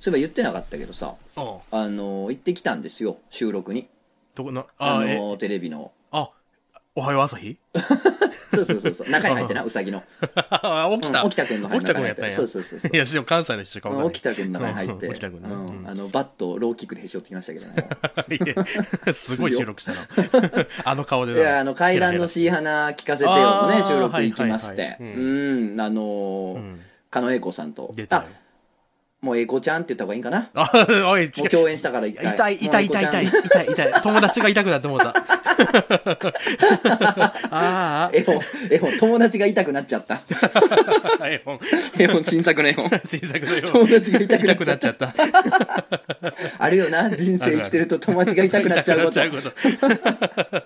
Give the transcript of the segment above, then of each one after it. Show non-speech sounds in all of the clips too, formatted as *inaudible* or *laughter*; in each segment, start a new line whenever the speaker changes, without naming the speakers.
そういえば言ってなかったけどさ、
あ
あのー行ってきたんですよ、収録に。
どこなあ
あ
え
のーテレビの。
あおはよう朝日 *laughs*
そうそうそうそう。中に入ってな、うさぎの。
起
う
き
ん
た、
沖田くんの
沖田君やったんや
そうそうそうそう
い。や、しかも関西の人しかわかんない。
沖田君の中に入って、
*laughs* うん沖田君ね
うん
うん
あのバットをローキックでへし折ってきましたけどね
*laughs* いやすごい収録したな。あの顔で
い
な。
やあの階段のシーハナ聞かせてよの
あ
ね
ー
収録行きまして、
はいはいはい
うんあのー
うん
狩野英孝さんと
出たよ
あ。もう英孝ちゃんって言った方がいいんかな
あ、 *laughs* おい、違
もう
う。
共演したから一回
痛い、痛い、
もう
痛い、
英孝ちゃ
痛
ん
い、痛い、痛い。友達が痛くなって思
*laughs*
った。あ
絵本絵本友達が痛くなっちゃ
*laughs*
った
あ、絵本。
絵本新作の絵本
小さくの絵
友
本。
達が痛くな
痛
っ
く
ちゃ
な
っ
っち
た
ゃった。
あるよな人生生きてると友達が痛くなっちゃうこと
痛くなっちゃ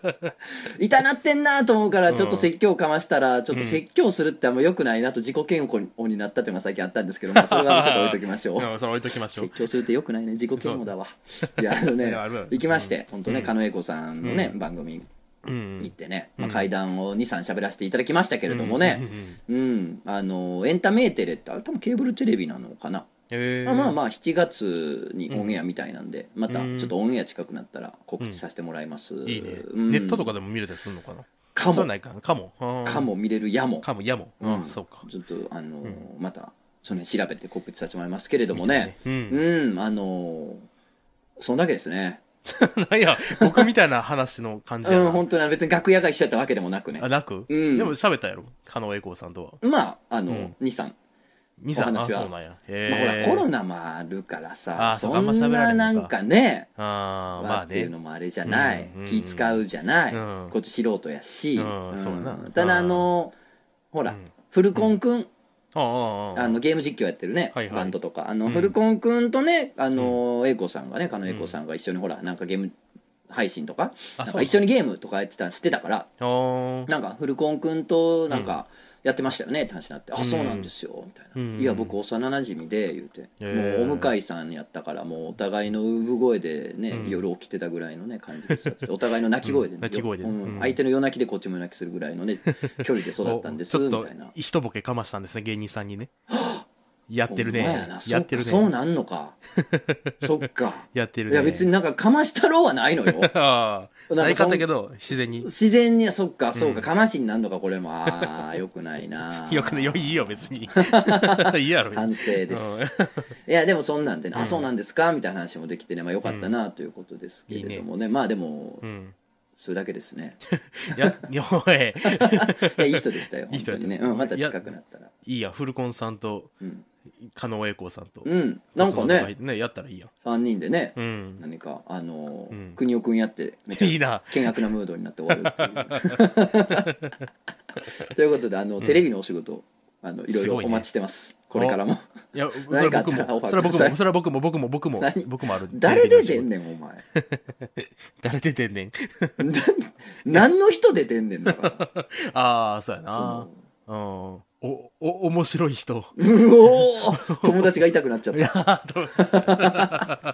うこと。
痛なってんなと思うからちょっと説教かましたらちょっと説教するってあんま良くないなと自己嫌悪になったっていうのが最近あったんですけど、
*laughs*
まあ、それはちょっと置いときましょう
うんそれ置いときましょう
*laughs* 説。教するって良くないね自己嫌悪だわいやあのね
いやあるある
行きまして本当ね狩野英孝さんのね、番組
う
行っ
ん。
てね、まあ、階段を23喋らせていただきましたけれども
うんう
ね
んうん
うん、あのエンタメーテレってあれ多分ケーブルテレビなのかな、
え
まあ
ー
まあまあ7月にオンエアみたいなんで、また
うん
ちょっとオンエア近くなったら告知させてもらいます、
いいね。
うん
ネットとかでも見れたりするのかな
か
そう
も
ないか。かも。あー
か。も見れるやも
かも、やも。
うん
うんそうか。
ちょっとあのーまたその辺調べて告知させてもらいますけれどもね
う。
うんん、あのーそんだけですね
なん *laughs* や、僕みたいな話の感じや
うん
な。
本当にあの別に楽屋が一緒やったわけでもなくね
あ、なく
うん
でも喋ったやろ狩野英孝さんとは。
まああの、
うん
二三
二三
お
あ
話は
そうなん
ま
や
あ、ほ
へ
ら
え
コロナもあるからさ
あーそう
そ
あん
ん
ま喋られへ
なん
の
な
か
んかね
ああま
わ
あ
っていう
ね
のもあれじゃない、
うんうん
気使うじゃない、
うん
こっち素人やし、
うんそうやな
ただあのーほら、
うん
フルコンくん
あああ
あのゲーム実況やってるね、
はいはい
バンドとかあの、
うん
フルコン君とねあの、英子さんがね狩野英子さんが一緒にほらなんかゲーム配信とか
あ
なん
そ
か
う
一緒にゲームとかやってたの知ってたから
あー
なんかフルコン君となんかやってましたよねって話になって「
う
あ
ん
そうなんですよ」みたいな「
うん
いや僕幼なじみで」言うて、
へー
もうお向かいさんやったからもうお互いの産声でね、
うん
夜起きてたぐらいのね感じですよつってお互いの泣き声で、
うん泣き声でね
うん
うん
相手の夜泣きでこっちも夜泣きするぐらいのね距離で育ったんです
*laughs* お
み
ちょった
いな
と。一ボケかましたんですね芸人さんにねやってるね
ほんまやな
やってる
そうかそう
ね
なんの
*laughs*
かそっか
やってる
い
ね
や別になんかかましたろうはないのよ
*laughs* あ
な
あ
ん
な
か
い
そん
かったけど自然に
自然にそっかそうか、
うん
かましになんのかこれもああよくない
*laughs*
な
よくねよいいよ
*laughs*
別にいいやろ別に
反省です、いやでもそんなんでね、あそうなんですかみたいな話もできてねまあよかったなということですけれどもね,、まあでも
うんうん
それだけですね
いやいやおい
いやいい人でしたよ
*laughs* いい
本当
人だった
にね、うん、また近くなったら
いいやフルコンさんと
うん、
狩野英孝さんと
うん、なんかね
ねやったらいいやん
3人でね、
うん
何かあのー
うん
国尾くんやってめちゃ
いいな
険悪なムードになって終わるっていう *laughs* ということであの、テレビのお仕事あのいろい
す
ろ
ごい
お
ね
待ちしてますこれからも
いやそれ
何
は
かあったら
僕
オフ
も
ァーくだ
それは僕
さい
もそれは僕も僕も僕も
何
僕もある
誰で出ん
ね
ねんお前
誰出てんねん
な何の人出てんねんだから
ああ、そうや
そ
な
の。
うん。お、お、面白
*laughs*
い人。
うおー友達が痛くなっちゃっ
い
た
やー、どう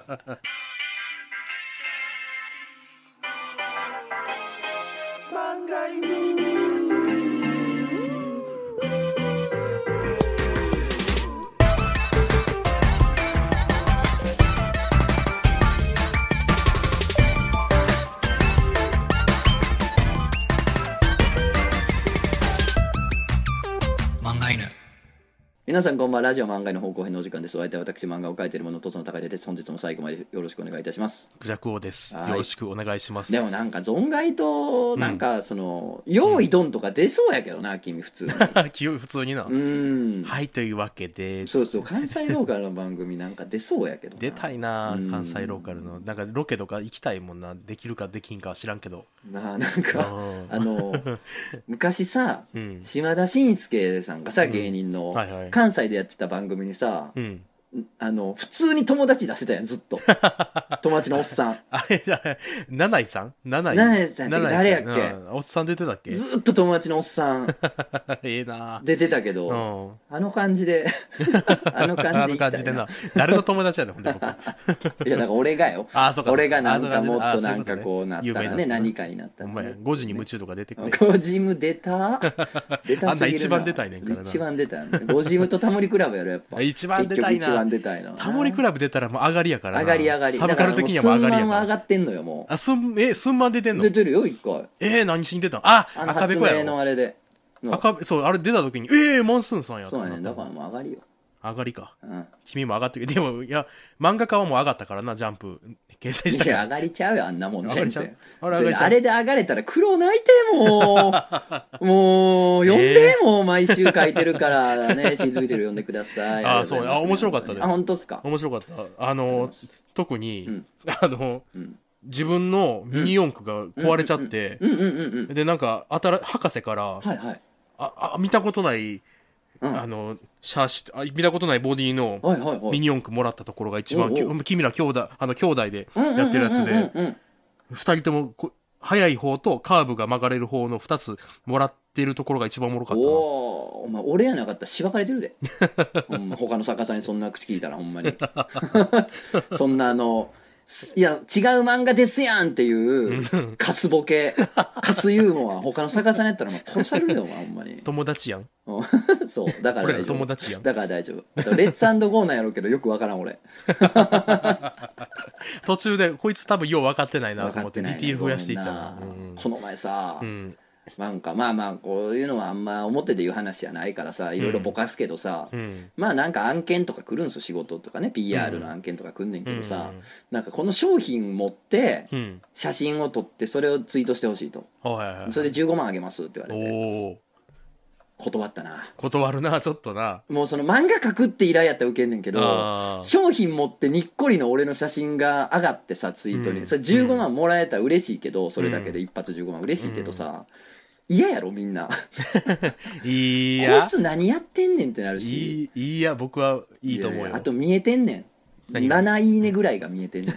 漫画犬
皆さんこんばんはラジオ漫画の方向編のお時間ですお相手は私漫画を描いているものとその高いです本日も最後までよろしくお願いいたします
クジャク王です。
はい
よろしくお願いします。
で
*laughs*
もなんか存外となんかその「用意ドン」とか出そうやけどな君普通に
気を普通にな
う。ん
はい、というわけで、
そうそう関西ローカルの番組なんか出そうやけどな
出たいな
うん、
関西ローカルの。なんかロケとか行きたいもんな。できるかできんかは知らんけど。
なあなん
う
か
ん
あの
*laughs*
昔さ
うん。
島田紳介さんがさ芸人の
はいはい。
関西でやってた番組にさ
うん。
あの普通に友達出してたやんずっ
*laughs*
と友達のおっさん
あれ *laughs* じゃ、七井さん七井。
七井さんって
七井
誰やっけ
うんおっさん出てたっけ
ずっと友達のおっさん
*laughs* ええな
出てたけ
う
ど
ん。
あの感じ
*laughs*
であの
あ
感じ
の
で行
感
き
じ
た
で
いな
な。誰の友達やねん、ほんで
*laughs*
僕。
いやだから俺がよ
あ、そうかそうか。
俺がな
あ
ん
そう
か
そう
もっと
あそう
ないん
こ
か
ね
こうなった
有
ら
名
ね
にな
何かになった
お
ら
前
ね
5時に夢中とか出てくる。
ゴジム出
*laughs*
た出たすぎる
あんな一番出たいねんからな
一番出たよねゴジムとタモリクラブやろやっぱ
*laughs* 一番出たい
結
な
局一番んでたいの
タモリクラブ出たらもう上がりやからな
上がり上がり
サブカル的にはもう上がりや
だからもう数万は
か
上
ら
がってんのよも
あすんえすんまん出て
う
んの
出てるよ一回
えー、何しに出たのあ
あの
赤べ
発
こや
明
ろ
のあれでの
赤べそうあれ出た時にええー、マンスーンさんやっ
そ
て
う
なっ
や
た
ねだからもう上がりよ
上がりか
うん
君も上がってる *laughs* でもいや漫画家はもう上がったからなジャンプ掲載した
い
か
や
ら
上がりちゃうよあんなもん
上が
全
りちゃう
然
あれ上がりちゃう
あれで上がれたら苦労泣いても
*laughs*
うもう呼んで、もう毎週書いてるからね *laughs* シーズンビデル呼んでくださいりがとございま
あー
す
そうあ面白かったで
あ本当っすか
面白かったあ
ありがとうござい
の
ます
特に、
うん
あの
うん
自分のミニ四駆が壊れちゃって、
うんうんうんうん
でなんかあたら博士から、
はいはい
ああ見たことない、
うん
あのシャーシあ見たことないボディの
はいはいはい
ミニ四駆もらったところが一
お
番、
うおう
き君ら兄弟あの兄弟でやってるやつ
うんうんうん
で
うんうん
二人ともこ速い方とカーブが曲がれる方の二つもらってるところが一番おもろかったな
おーお前俺やなかったらしばかれてる
*laughs*
で、ほんま他の作家さんにそんな口聞いたらほんまに *laughs* そんなあのすいや違う漫画ですやんっていうカスボケカスユーモア他の作家さんやったらもう殺されるよお前ほんまに
友達やん
うんそうだから
俺
大
ら
丈
友
夫
達やん
だから大丈夫あとレッツゴーなんやろうけどよくわからん俺
途中でこいつ多分よう分かってないな
分
と
か
思
っ
って
て
デ
ない
ィティール増やしていったな
ごめん
うん
なこの前さ、
うん
なんかまあまあこういうのはあんま表で言う話じゃないからさいろいろぼかすけどさ、
うん
まあなんか案件とか来るんすよ仕事とかね PR の案件とか来んねんけどさ、
うん
なんかこの商品持って
うん
写真を撮ってそれをツイートしてほしいと
はいはいはい
それで15万あげますって言われて
おお
断ったな
断るなちょっとな
もうその漫画描くって依頼やったら受けんねんけど
あー
商品持ってにっこりの俺の写真が上がってさツイートに、
うん
それ15万もらえたら嬉しいけどそれだけで一発15万嬉しいけどさ、嫌やろみんなこ
い
い
や
つ何やってんねんってなる
い
し
いいいや僕はいいと思う
や
よ
やあと見えてんねん
何が
7いいねぐらいが見えてんねん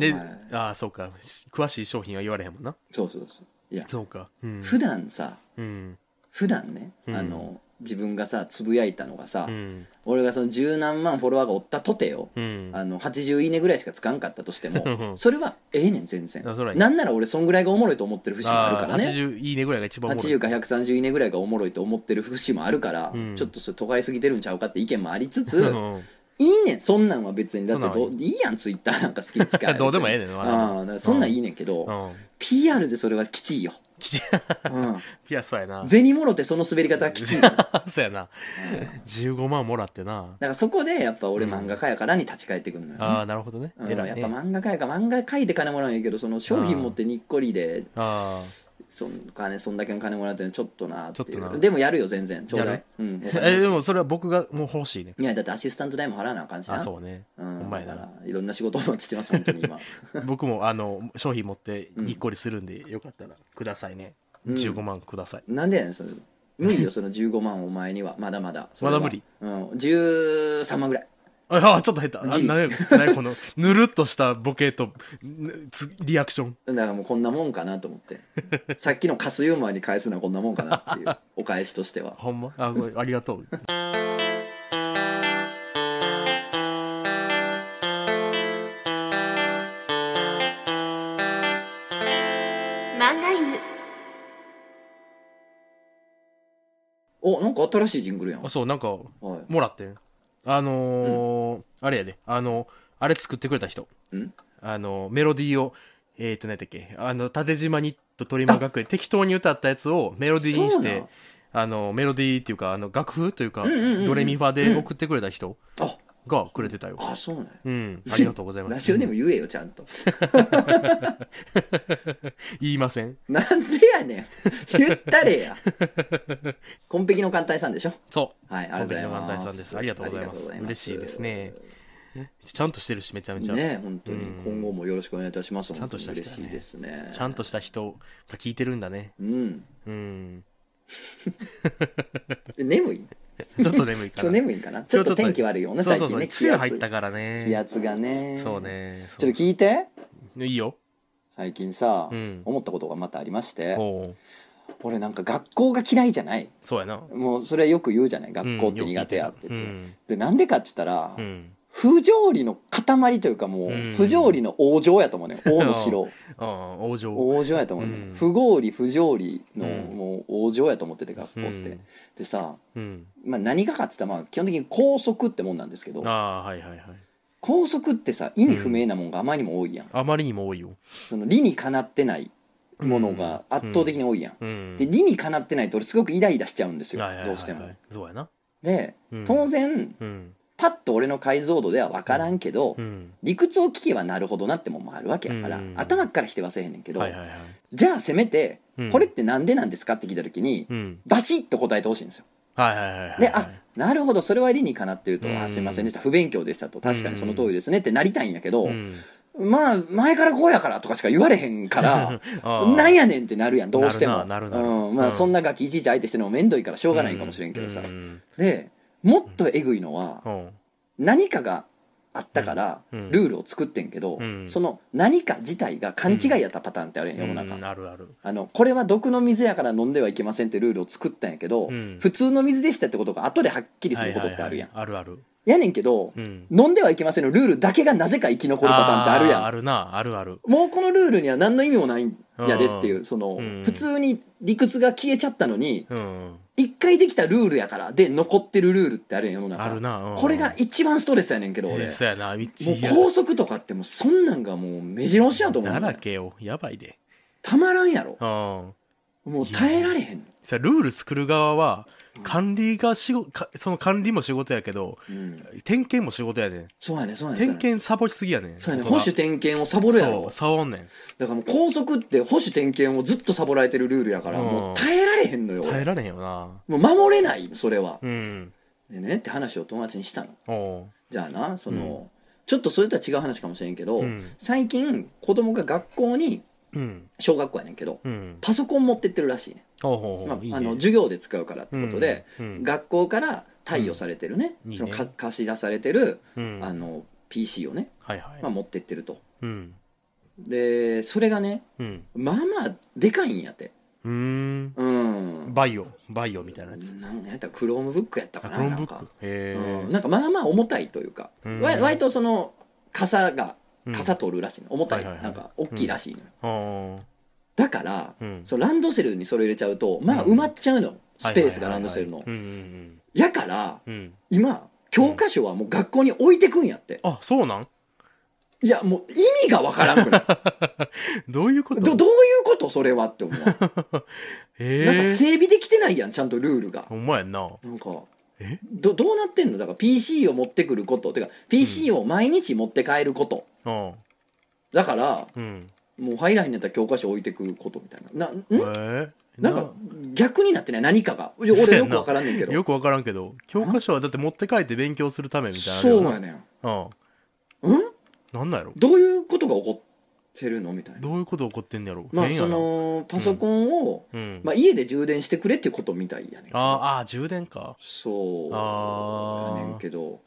で
お前
ああそうかし詳しい商品は言われへんもんな
そうそうそういや
そうかうん
普段さ
うん
普段ね、
うん
あの自分がさつぶやいたのがさ、
うん
俺がその十何万フォロワーがおったとてよ、
うん
あの80いいねぐらいしかつかんかったとして
う
も
ん
それはええねん全然
あそらいい
なんなら俺そんぐらいがおもろいと思ってる節もあるから
あ
ね
ー80いいねぐらいが一番おもろい
80か130いいねぐらいがおもろいと思ってる節もあるから、
うん
ちょっとそれ都会すぎてるんちゃうかって意見もありつつ、
うん
いいねんそんなんは別にだって
そんな
ど
ん
ういいやんツイッターなんか好きに使える
*laughs* どうでもええねんな
ああそんなんいいねんけど、
うん
PR でそれはきちいよ、
きち
う、
*laughs* ピアスそうやなん
銭もろてその滑り方はきちいよ
*laughs* そうやな15万もらってな
だからそこでやっぱ俺
うん
漫画家やからに立ち返ってくるのよ、
ああなるほどね
うん
偉
や
い
っ
ね
ぱ漫画家やから漫画描いて金もらうんやけどその商品持ってにっこりで
あ
そん金そんだけの金もらうってのはちょっとなってい
ちょっと
う
な
でもやるよ全然ちょうだい
や、 *laughs*
うん、わ
あ
かりま
え
す
でもそれは僕がもう欲しいね
いやだってアシスタント代も払わなあかんしな
あそうね
う
ほ
ん
んまやな
だからいろんな仕事をしてます本当に今 *laughs*
僕もあの商品持ってにっこりするんでよかったらくださいね
うん
15万ください
なんでやねんそれ無理よその15万お前にはまだまだそれは
まだ無理
うん、13万ぐらい
ああちょっと減ったあ
ギリ
何や何やこのぬるっとしたボケとぬつリアクション
だからもうこんなもんかなと思って
*laughs*
さっきのカスユーモアに返すのはこんなもんかなっていうお返しとしては
ほんまあごめんありがとう
漫画犬
おなんか新しいジングルやん
あそうなんか
はい
もらってんあのーあれやであのあれ作ってくれた人
ん
あのメロディーをえっ、ー、と何やったっけあの縦島ニット鳥間学園適当に歌ったやつをメロディーに
そ
し
うなん
てあのメロディーっていうかあの楽譜というか、
んうんうん
ドレミファで送ってくれた人
あ
がくれてたよ、
あそうなんや
うん、ありがとうございます
ラジオでも言えよちゃんと
言いません
なんでやねん言ったれ
*laughs*
やコンペキの艦隊さんでしょ
そう
はいありがとうございます
コンビニの団体さんですありがとうございます
ありがとうございます
嬉しいですねちゃんとしてるしめちゃめちゃ、
ね本当に
うん
今後もよろしくお願いいたします
ちゃんとした人
本
や
当に嬉
ね
しいですね
ちゃんとした人が聞いてるんだね
うん
うん
で眠い
ちょっと眠い
*laughs* 今
か
日
ら
眠いんかなちょっと天気悪いよね最近ね
そうそうそう梅雨入ったから
気
ね
圧がね
そうね
ちょっと聞いて
そういいよ
最近さ、
うん
思ったことがまたありまして
おう
俺なんか学校が嫌いじゃない
そうやな
もうそれはよく言うじゃない学校って苦手やって
う
言って
ん
でなんでかって言ったら、
うん
不不条理の塊というかもう
うん
不条理の往生やと思うね王の城
ああ往生
往生やと思うね、
うん
不合理不条理の
うん
もう往生やと思ってて学校って、
うん
でさ、
うん
まあ、何がかっつったらまあ基本的に校則ってもんなんですけど
ああはいはいはい
校則ってさ意味不明なもんがあまりにも多いやん、
あまりにも多いよ
その理にかなってないものが圧倒的に多いやん、
うん
で理にかなってないと俺すごくイライラしちゃうんですよ、
はいはいはいはい
どうしても。
そうやな
で
うん
当然
うん
パッと俺の解像度では分からんけど、
うん
理屈を聞けばなるほどなってもんもあるわけやから、
うん
頭から否定はせえへんねんけど、
はいはいはい
じゃあせめて、
うん
これってなんでなんですかって聞いた時に、
うん
バシッと答えてほしいんですよ。
はいはいはいはい
で、あなるほどそれは理にかなっていうと、
うん
あすいませんでした不勉強でしたと確かにその通りですねってなりたいんやけど、
うん
まあ前からこうやからとかしか言われへんから
*laughs* あー
なんやねんってなるやんどうしても
なるななるなる
うんま
う
あ、
ん
そんなガキいちいち相手してるのも面倒いからしょうがないかもしれんけどさ、
うん
でもっとえぐいのは
うん
何かがあったから
う
ル
ん
ールを作ってんけど、
うん
その何か自体が勘違いやったパターンってあるやん世の中、
うんあるある
あのこれは毒の水やから飲んではいけませんってルールを作ったんやけど、
うん
普通の水でしたってことが後ではっきりすることってあるやん、
はいはいはいあるある
やねんけど、
うん
飲んではいけませんのルールだけがなぜか生き残るパターンってあるや
ー
ん
あるなあるある
もうこのルールには何の意味もないんやでっていううその、
うん
普通に理屈が消えちゃったのに
うん
一回できたルールやからで残ってるルールってあるやん世の中
あるなうん
これが一番ストレスやねんけど俺、
えーそうやな一
もう高速とかってもうそんなんがもう目白押しやと思う
だ
んだ
ら
よ
けよやばいで
たまらんやろ
うん
もう耐えられへん、
さルール作る側は管理が仕事かその管理も仕事やけど
うん、
点検も仕事やねん
そうやねそうやね
点検サボりすぎやねん
そうやね
人
保
が
守点検をサボるやろ
そうサボんねん
だからもう高速って保守点検をずっとサボられてるルールやから
うん
もう耐えられへんのよ
耐えられへんよな
もう守れないそれは
うん
でねって話を友達にしたの
おう
じゃあなその、ちょっとそれとは違う話かもしれんけど、
うん
最近子供が学校に
うん
小学校やねんけど
うん
パソコン持ってってるらしいね
ほうほう
ま
ほ
あ
ういいね
あの授業で使うからってことで、
うんうん
学校から貸与されてるね,、
うんいい
そ
ね
のか貸し出されてる、
うん
あの PC をね、
はいはい
まあ、持ってってると
うん
でそれがね
うん
まあまあでかいんやって
うーん
うん
バイオバイオみたいなやつ
なんやったらクロームブックやったか
あ
な
クローム
な
ブ
ん
ッ
か
ク、へ
うん、
え
なんかまあまあ重たいというか、
うん
わ割とその傘が
うん
傘取るらしいの重たい、
はいはいはい
なんか大きいらしいのよ、
あ
だから、
うん
そのランドセルにそれ入れちゃうとまあ埋まっちゃうの、スペースがランドセルの、
うんうん
やから
うんうん
今教科書はもう学校に置いてくんやって、
あそうなん
いやもう意味がわからんくない
どういうこと
どどういうことそれはって思う、なん
え
か
え
整備できてないやんちゃんとルールが
ほんまやんな
なんか
え
どどうなってんのだから PC を持ってくることてか PC を毎日持って帰ること、
うん
だから
うん
もう入らへんやったら教科書置いてくことみたいなな
え
ん
ー
なんか逆になってない何かがいや
そう
俺
や
よ
な
くわからんねんけど
よくわからんけど教科書はだって持って帰って勉強するためみたいなのある
そ
よ
う
な
やねん
うん
うん
なんなんやろ
どういうことが起こってるのみたいな
どういうこと起こってんねやろ
まあ
変や
そ
な
のパソコンを、
うん
まあ、家で充電してくれっていうことみたいやねん
あーあー充電か
そう
あー
やねんけど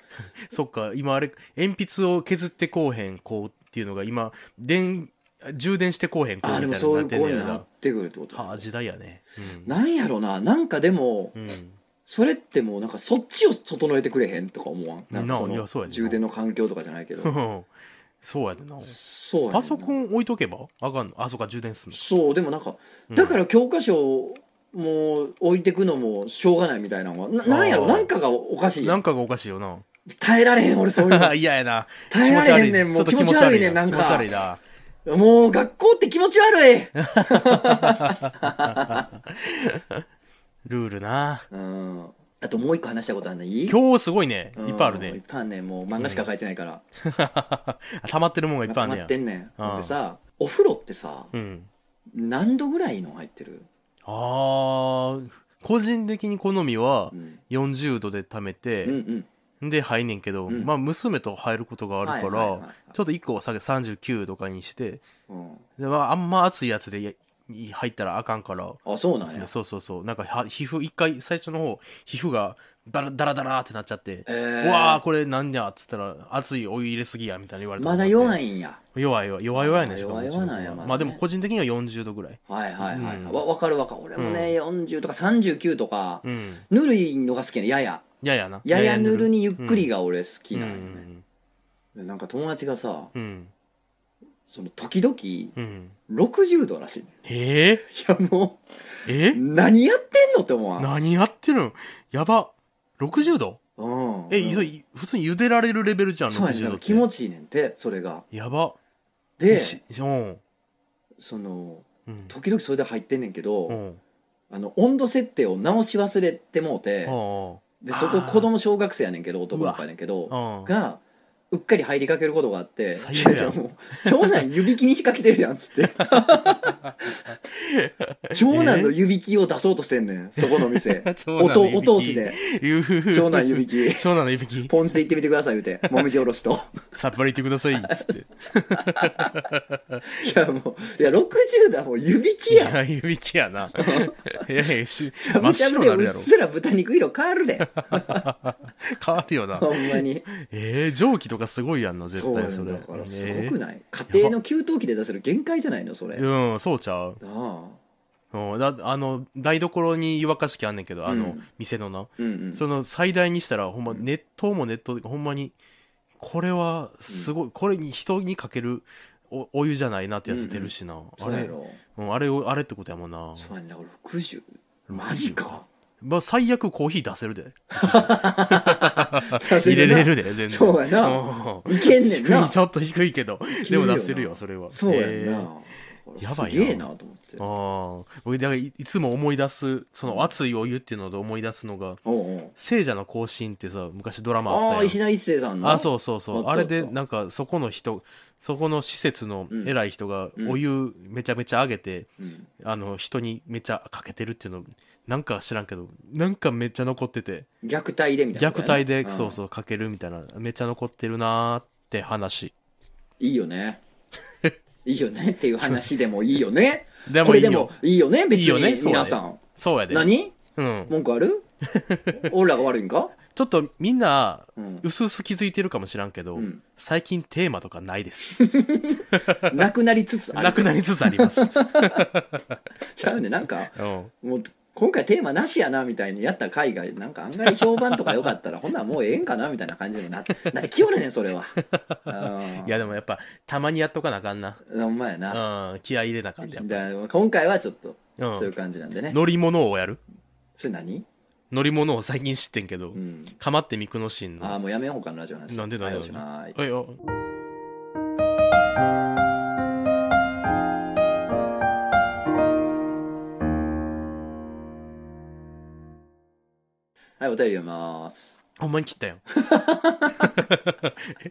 そっか今あれ鉛筆を削ってこうへんこうっていうのが今電充電してこうへんこう
あ
み
あで
たいな
も
の
そうい
に
う
なってん
声
ね
に
や
な
な
ってくるってこと
はあ時代やねうん
なんやろななんかでも
うん
それってもうなんかそっちを整えてくれへんとか思わんなんかそ
ないやそう
の
やねんな
充電の環境とかじゃないけ
*laughs*
ど
そうやでな
そうやねんな
パソコン置いとけばあかんのあそうか充電すん
そうでもなんか
の
だからら教科書も置いてくのもしょうがないみたいなのがななんや
あ
ろ
ー
なんかがおかしい
なんかがおかしいよな
耐えられへん俺そう
*laughs*
いうの
嫌やな
耐えられへんねんもう気持ち悪いねんなん
気持ち
か
悪いな
もう学校って気持ち悪
*laughs*
い
ルールな
うんあともう一個話したことあんない
今日すごいね
うん
いっぱいある
いっ
ね
ぱいあんねんもう漫画しか書いてないから、
溜まってるもんがいっぱい
まとま
あるねや
ってんねん
うん
でさお風呂ってさ
うん
何度ぐらいの入ってる、
あー個人的に好みは
うん、
40度で溜めて、
うんうん
で入んねんけど、
うん
まあ娘と入ることがあるから、
はいはいはいはい
ちょっと1個は下げ39とかにして
うん
で、まあ、あんま熱いやつでやい入ったらあかんから
あそうなんや
そうそうそうなんかは皮膚一回最初の方皮膚がだらだらだらってなっちゃって、
えー
うわあこれなんやっつったら熱いお湯入れすぎやみたいに言われた
まだ弱
い
いんや
弱い弱い弱い弱いね
あ
しかも
弱々なんやまだね
まあでも個人的には40度ぐらい
はいはいはい、
うん
わ分かる分かる俺もね、40とか39とか、
うん
ぬるいのが好きやねやや
ややな
ややぬる
に
にゆっくりが俺好き
う
なんんよね、でなんか友達がさ
うん。
その時々
うん。
60度らしいね
ええ
*laughs* いやもう
え
何やってんのって思わん
何やってるんやば。60度
うん
え、
うん
それ普通に茹でられるレベルじゃん、
そうやね
60
な
度
ん
っ
か
て。
気持ちいいねんてそれが
やば。
で
しうん。
その
うん。
時々それで入ってんねんけど、
うん。
あの温度設定を直し忘れてもうて、
うん
でそこ
あー
子供小学生やねんけど男の子やねんけど
うん。
がうっかり入りかけることがあって
最悪やん
いやもう長男湯引きに仕掛けてるやんっつって
*laughs*
長男の湯引きを出そうとしてんねんそこの店
*laughs* 長
お
男
と
の湯
お
引
通し
き *laughs*
で長男湯引き
長男の指き
ポン酢で行ってみてください言うてもみじおろ
*laughs*
しとい
さっぱり言ってくださいっ
*laughs*
つって
やもういや60だもう湯引きやん
や指き
*laughs*
やないやいやし
しゃ
真
ぶ
っ
しゃぶ
白に
で
な
う
る
っ
やろ
すら豚肉色変わる
*laughs*
で
変わるよな
ほんまに
えー、蒸気とかすごいやんな絶
そうや
対
ね
そ
ん
れ
だからすごく
ね
ない家庭の給湯器で出せる限界じゃないのそれな
うんそうちゃう
あ
うんだあの台所に湯沸かし器あんねんけどあの、
うん
店のな
うんうん
その最大にしたらほんま熱湯も熱湯でほんまにこれはすごい、これに人にかけるおお湯じゃないなってやつ出るしな、あ
そうや
れ
ろ
うん、あれをあれってことやもんな
そうやねんだから60マジか
まあ、最悪コーヒー出せるで。
入 *laughs*
入れれるで、全然。
そうやな
うん
いけんねん
*laughs* 低、
ない
ちょっと低いけど。
け
で
るよ
も
な
出せるよ、それは。
そうやん
え
な
ー
俺
や
す
ばいな
げえなと思って
ああ。僕、だからいいつも思い出す、その熱いお湯っていうので思い出すのが、
おうおう
聖者の行進ってさ、昔ドラマあ
あ
っ
あ
た
ー
や
石
ん。
田一生さんの
あ、そうそうそ
あ
う。
ったあ
あ
った
れで、なんか、そこの人、そこの施設の
うん
偉い人が、
うん
お湯めちゃめちゃあげて、
うん
あの、人にめちゃかけてるっていうの、なんか知らんけど、なんかめっちゃ残ってて。
虐待でみたいな
虐待で、そう
うん
そう、かけるみたいな、めっちゃ残ってるなーって話。
いいよね
*laughs*
いいよねっていう話でもいいよね
*laughs* で
こ
もい
れ
い
で
よ
も。いいよね別
いいよね
に
そう
皆
やね
さん
そうやで。
何
うん。
文句あ
*laughs*
る俺らが悪いんか
ちょっとみんな、
うん
うすうす気づいてるかもしらんけど、
うん
最近テーマとかないです。
なくなりつつある
なくなりつつあり
*laughs*
ます。
ちゃうねなんか
うん。
もう今回テーマなしやなみたいにやった海外なんか案外評判とか良かったらほんならもうええんかなみたいな感じに
*laughs*
ななってきよるねんそれはうん
いやでもやっぱ、たまにやっとかなあかんな。
ほんまやな
うん。気合い入れなあかんで、やっぱ。
だから今回はちょっと
う。
そういうん感じなんでね
乗り物をやる
それ何
乗り物を最近知ってんけど
う、ん
かまってみくのしん
ああ
の。
もうやめよう他のラジオの話
なんで
だ
なんで
よしまい
おいおい
はいお便り読みます
ほんまに切っ
*laughs*
たよ。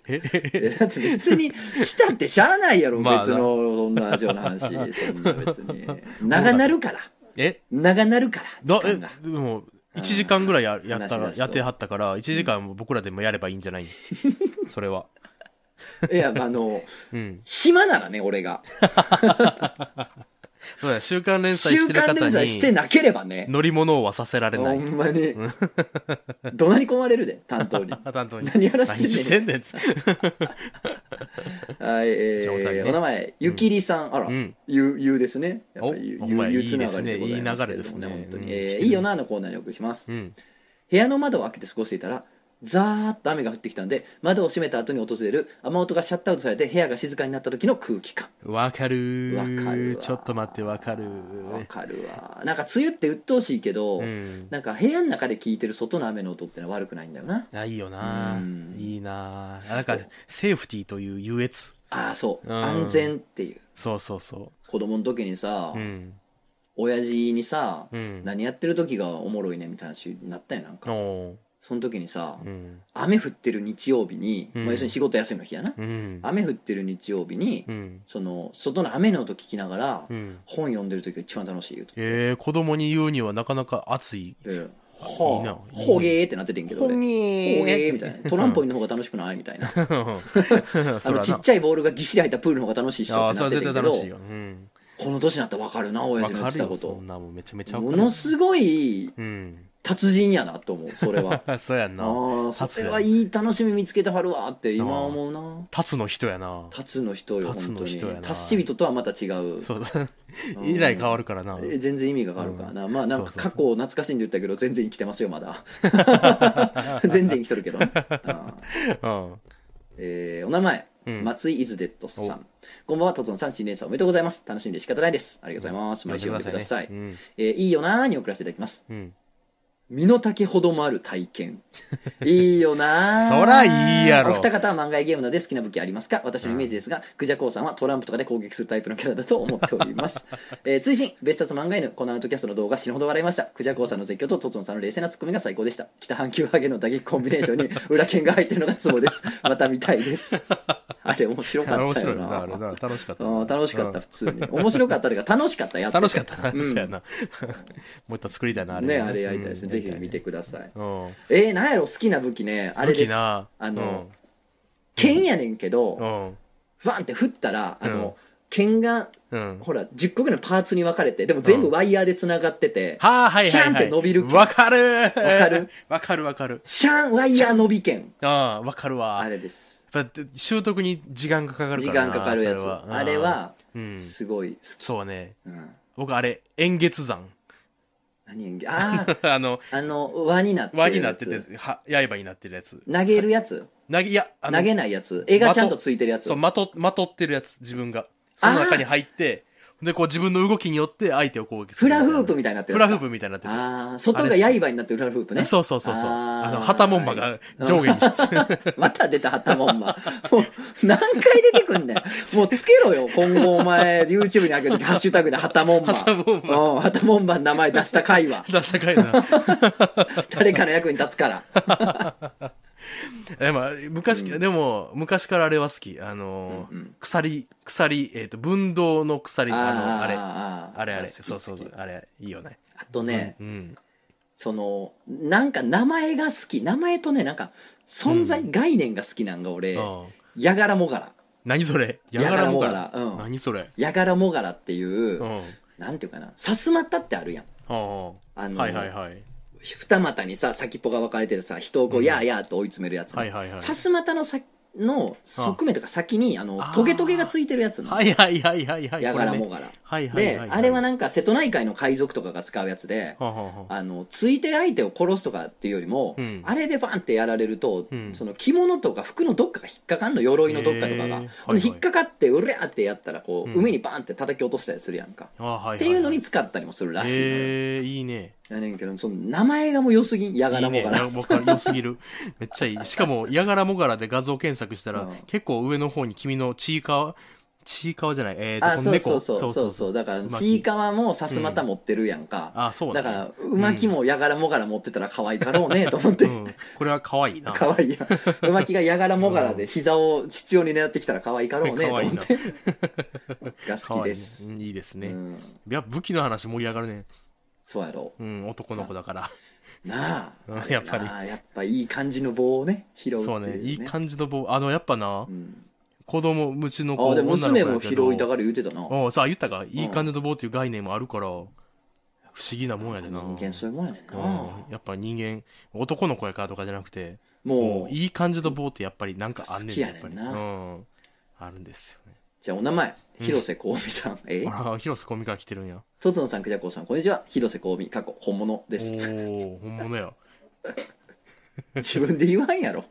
えだって別にしたってしゃあないやろ
*laughs* まあな
別のそんなラジオの
*laughs*
話そんな別に長なるから
え
長なるから
だ
時
え
間
で
が
も1時間ぐらいややった
話
ら
出しと
やってはったから1時間僕らでもやればいいんじゃないそれはい
やあの
うん
暇ならね俺が
そうだ週刊連載
週
してる
刊連
方
載して
に
なければね
乗り物はさせられ
ほ
ない
んまに *laughs* 怒鳴り込まれるで担当 *laughs* に
担当に
何やら
何し
してて
ん
ん
ね
*laughs*
んつ
はいえ
状態ね
ーお名前ゆきりさんあら
うん
ゆゆうですねやっ
お
ぱゆ
お
ゆ
前
ゆうつながりでございますけ
い
れ
いで
ど
す
もね
ねいい流
本
れですね
当
う
に
ん
えーいいよなのコーナーにお送りします
うん
部屋の窓を開けて過ごしていたらザーッと雨が降ってきたんで窓を閉めた後に訪れる雨音がシャットアウトされて部屋が静かになった時の空気感
わかる
わかるわ
ちょっと待ってわかる
わかるわなんか梅雨って鬱陶しいけど、
うん
なんか部屋の中で聞いてる外の雨の音ってのは悪くないんだよな
あいいよな
うん
いいななんかセーフティーという優越
ああそう、
うん
安全っていう
そうそうそ
子供の時にさ、
ううん
親父にさ、
うん
何やってる時がおもろいねみたいな話になったよなんか
おー
その時にさ、
うん
雨降ってる日曜日に、
うん
まあ、要するに仕事休みの日やな、
うん
雨降ってる日曜日に、
うん
その外の雨の音聞きながら、
うん
本読んでる時が一番楽しい言うと
えー、子供に言うにはなかなか熱い。
で
いいな
はあほげーってなっててんけど俺ほげーみた
*laughs*
いなトランポリンの方が楽しくないみたいな
そらな。
あのちっちゃいボールがぎっしり入ったプールの方が楽しいっしょ
あ
っ
あ、
て
そ
な
れ
ってて
絶
ん
対
け
楽し
ど
いよ。うん。
この年になったら分かるな親
わ
父の言
か
って
る
た
よ、
こ
そ
と
んなもんめちゃめちゃわか
も
る。
のすごい
うん。
達人やなと思うそれは
そうやん
あ
*laughs* な。
あそれはいい楽しみ見つけてはるわって今思うな
立つの人やな。
達の人よ
達
本
の
当に
人やな
達し人とはまた違う
そう *laughs* だ。以来変わるからな。
え全然意味が変わるからな、まあなんか
そうそう
過
そう
去を懐かしんで言ったけど全
*laughs*
*laughs* 然生きてますよまだ全然生きとるけどね、うん
うん。
えーお名前、
うん
松井イズデットさんこんばんはトトンさん新年さんおめでとうございます楽しんで仕方ないですありがとうございます、毎週読んでください
読んでくだ
えーいいよなーに送らせていただきます
ねうん
身の丈ほどもある体
*laughs*
験。いいよな
そらいいやろ
お二方は漫画やゲームなどで好きな武器ありますか私のイメージですが、クジャコウさんはトランプとかで攻撃するタイプのキャラだと思っており
*laughs*
ます。えー、追伸別冊漫画犬、このアウトキャストの動画死ぬほど笑いました。クジャコウさんの絶叫とトツノさんの冷静なツッコミが最高でした。北半球ハゲの打撃コンビネーションに裏剣が入ってるのがツボ
*laughs*
です。また見たいです。あれ面白
うん、あれ
かっ
面
た
白
よ
い
な。
なあれな楽しかった
うん楽しかっ
う
た、
ん
普通に。面白かったというか、楽しかった、やってて
楽しかったな、
うん
そうやなもう一回作りたいなあれ
ね、あれやりたいですね。ぜひ見て
く
ください。
ださい
えー、なんやろ好きな武器ねあれですあ
な
の、剣やねんけ
う
ど
んうん
ファンって振ったらあ
うん
の剣が
うん
ほら10個ぐらいのパーツに分かれてでも全部ワイヤーでつながってて、
はあ、はいはい、はい。
シャンって伸びる
わかるわ
かる
わかるわかる。
シャンワイヤー伸び剣
ああ、わかるわ。
あ
や
れです
っぱ習得に時間がかかる
時
から
間
な
かかるやつ
それはうん
あれは
うん。
すごい好き、
そうね。
うん
僕あれ、円月山。 *laughs*
何演技ああ
あの、
あの輪になってるや
輪
つ
になってて、は刃になってるやつ。
投げるやつ
投げ、いや、あの
投げないやつ絵がちゃんとついてるやつ
そう、まと、まとってるやつ、自分が。その中に入って、で、こう自分の動きによって相手を攻撃す
フ
るみ
ラ
たいな。
フープみたいになって
フ
る
ラ
やつ
フー
か
プみたいになってる。
ああ外が刃になってるフラフープね
そうそうそうそう。
あー
あの、旗門馬が上下にし
*laughs* また出た、ハタモンマ。もう、何回出てくんねん。もうつけろよ。今後お前、YouTube に上げるとき、ハッシュタグでハタモンマ。
ハタモン
マ。うん、ハタモンマの名前出した回
*laughs*
は。
出したか
*laughs*
いな。
誰かの役に立つから。
でも昔、でも昔からあれは好きあのー、
うんうん
鎖鎖えっ、と分動の鎖あのあれあ
あ
れあれ
好き
そうそうそ
好
う
き
あれいいよね
あとね、
うん
その、なんか名前が好き。名前とね、なんか、存在、概念が好きなんが俺、
ああ
ヤガラモガラ。
何それや
や
が
が
ら
ら
も
も
が
が
ら
らうん
何それ
ヤガラモガラっていう、
うんあ
なんていうかな、さすまたってあるやん。
あ
あの、
はいはいはい
二股にさ先っぽが分かれててさ人をこう、
うん
やーやーと追い詰めるやつね、
はいはいはい
さすまたのさの側面とか先にあの
あー
トゲトゲがついてるやつなの、
はいはいはいはいはい
やがら
これ
も
ね
がら、
はいはいはい
で、
はい
あれは
な
なんか瀬戸内海の海賊とかが使うやつで、
はあはあはあ
あのついて相手を殺すとかっていうよりも、
うん
あれでバンってやられると、
うん
その着物とか服のどっかが引っかかんの鎧のどっかとかが、
へーはい
ほんで
はい
引っかかってうりゃーってやったらこう、
うん
海にバンって叩き落としたりするやんか、
ああはいはい
っていうのに使ったりもするらしいのよ、
へえいいね
やねんけどその名前がもう良すぎんやが
い
ら
い
も
ね
がら
やもがら良すぎるめっちゃいいしかもやがらもがらで画像検索したら、
うん
結構上の方に君のちいかわちいかわじゃないえー、と
あ
こ
そ
の
う
猫
そうそうそうそうだから
巻き
ちいかわもさすまた持ってるやんか、
あそう
だ
だ,、
か
ね、
らうまきもやがらもがら持ってたら可愛いだろうねと思って、
うん、これは可愛いな
可愛いやんうまきがやがらもがらで膝を執拗に狙ってきたら可愛いだろうねと
可愛
思
い
っ
な
てが
可
好き
愛い
です、
ねうんいいです
う
ね、い
ん、
や武器の話盛り上がるね
そうやろ
うん男の子だから
な
う
あ
ん
あれ
やっぱり
なあやっぱいい感じの棒をね拾うってい
そう
う、ね、
ねいい感じの棒あのやっぱな
うん
子供無知の子
あでも娘
女の
も
子やけ
拾
ど
いたがる言うてたな
うんさあ言ったかいい感じの棒っていう概念もあるから不思議なもんやでな
人間そういうもんやねんな、
うんやっぱ人間男の子やからとかじゃなくて
も
も
う
ういい感じの棒ってやっぱりなんかあんねん
好きや
やっ
ね
ぱり
ん
う
なん
あるんですよね
じゃあお名前広瀬香美さん、え
ああ広瀬香美から来てるんや
とつのさん、くじゃこうさん、こんにちは。広瀬香美、過去、本物で
お
す。
お本物
*laughs*
や *laughs*
自分で言わんやろ。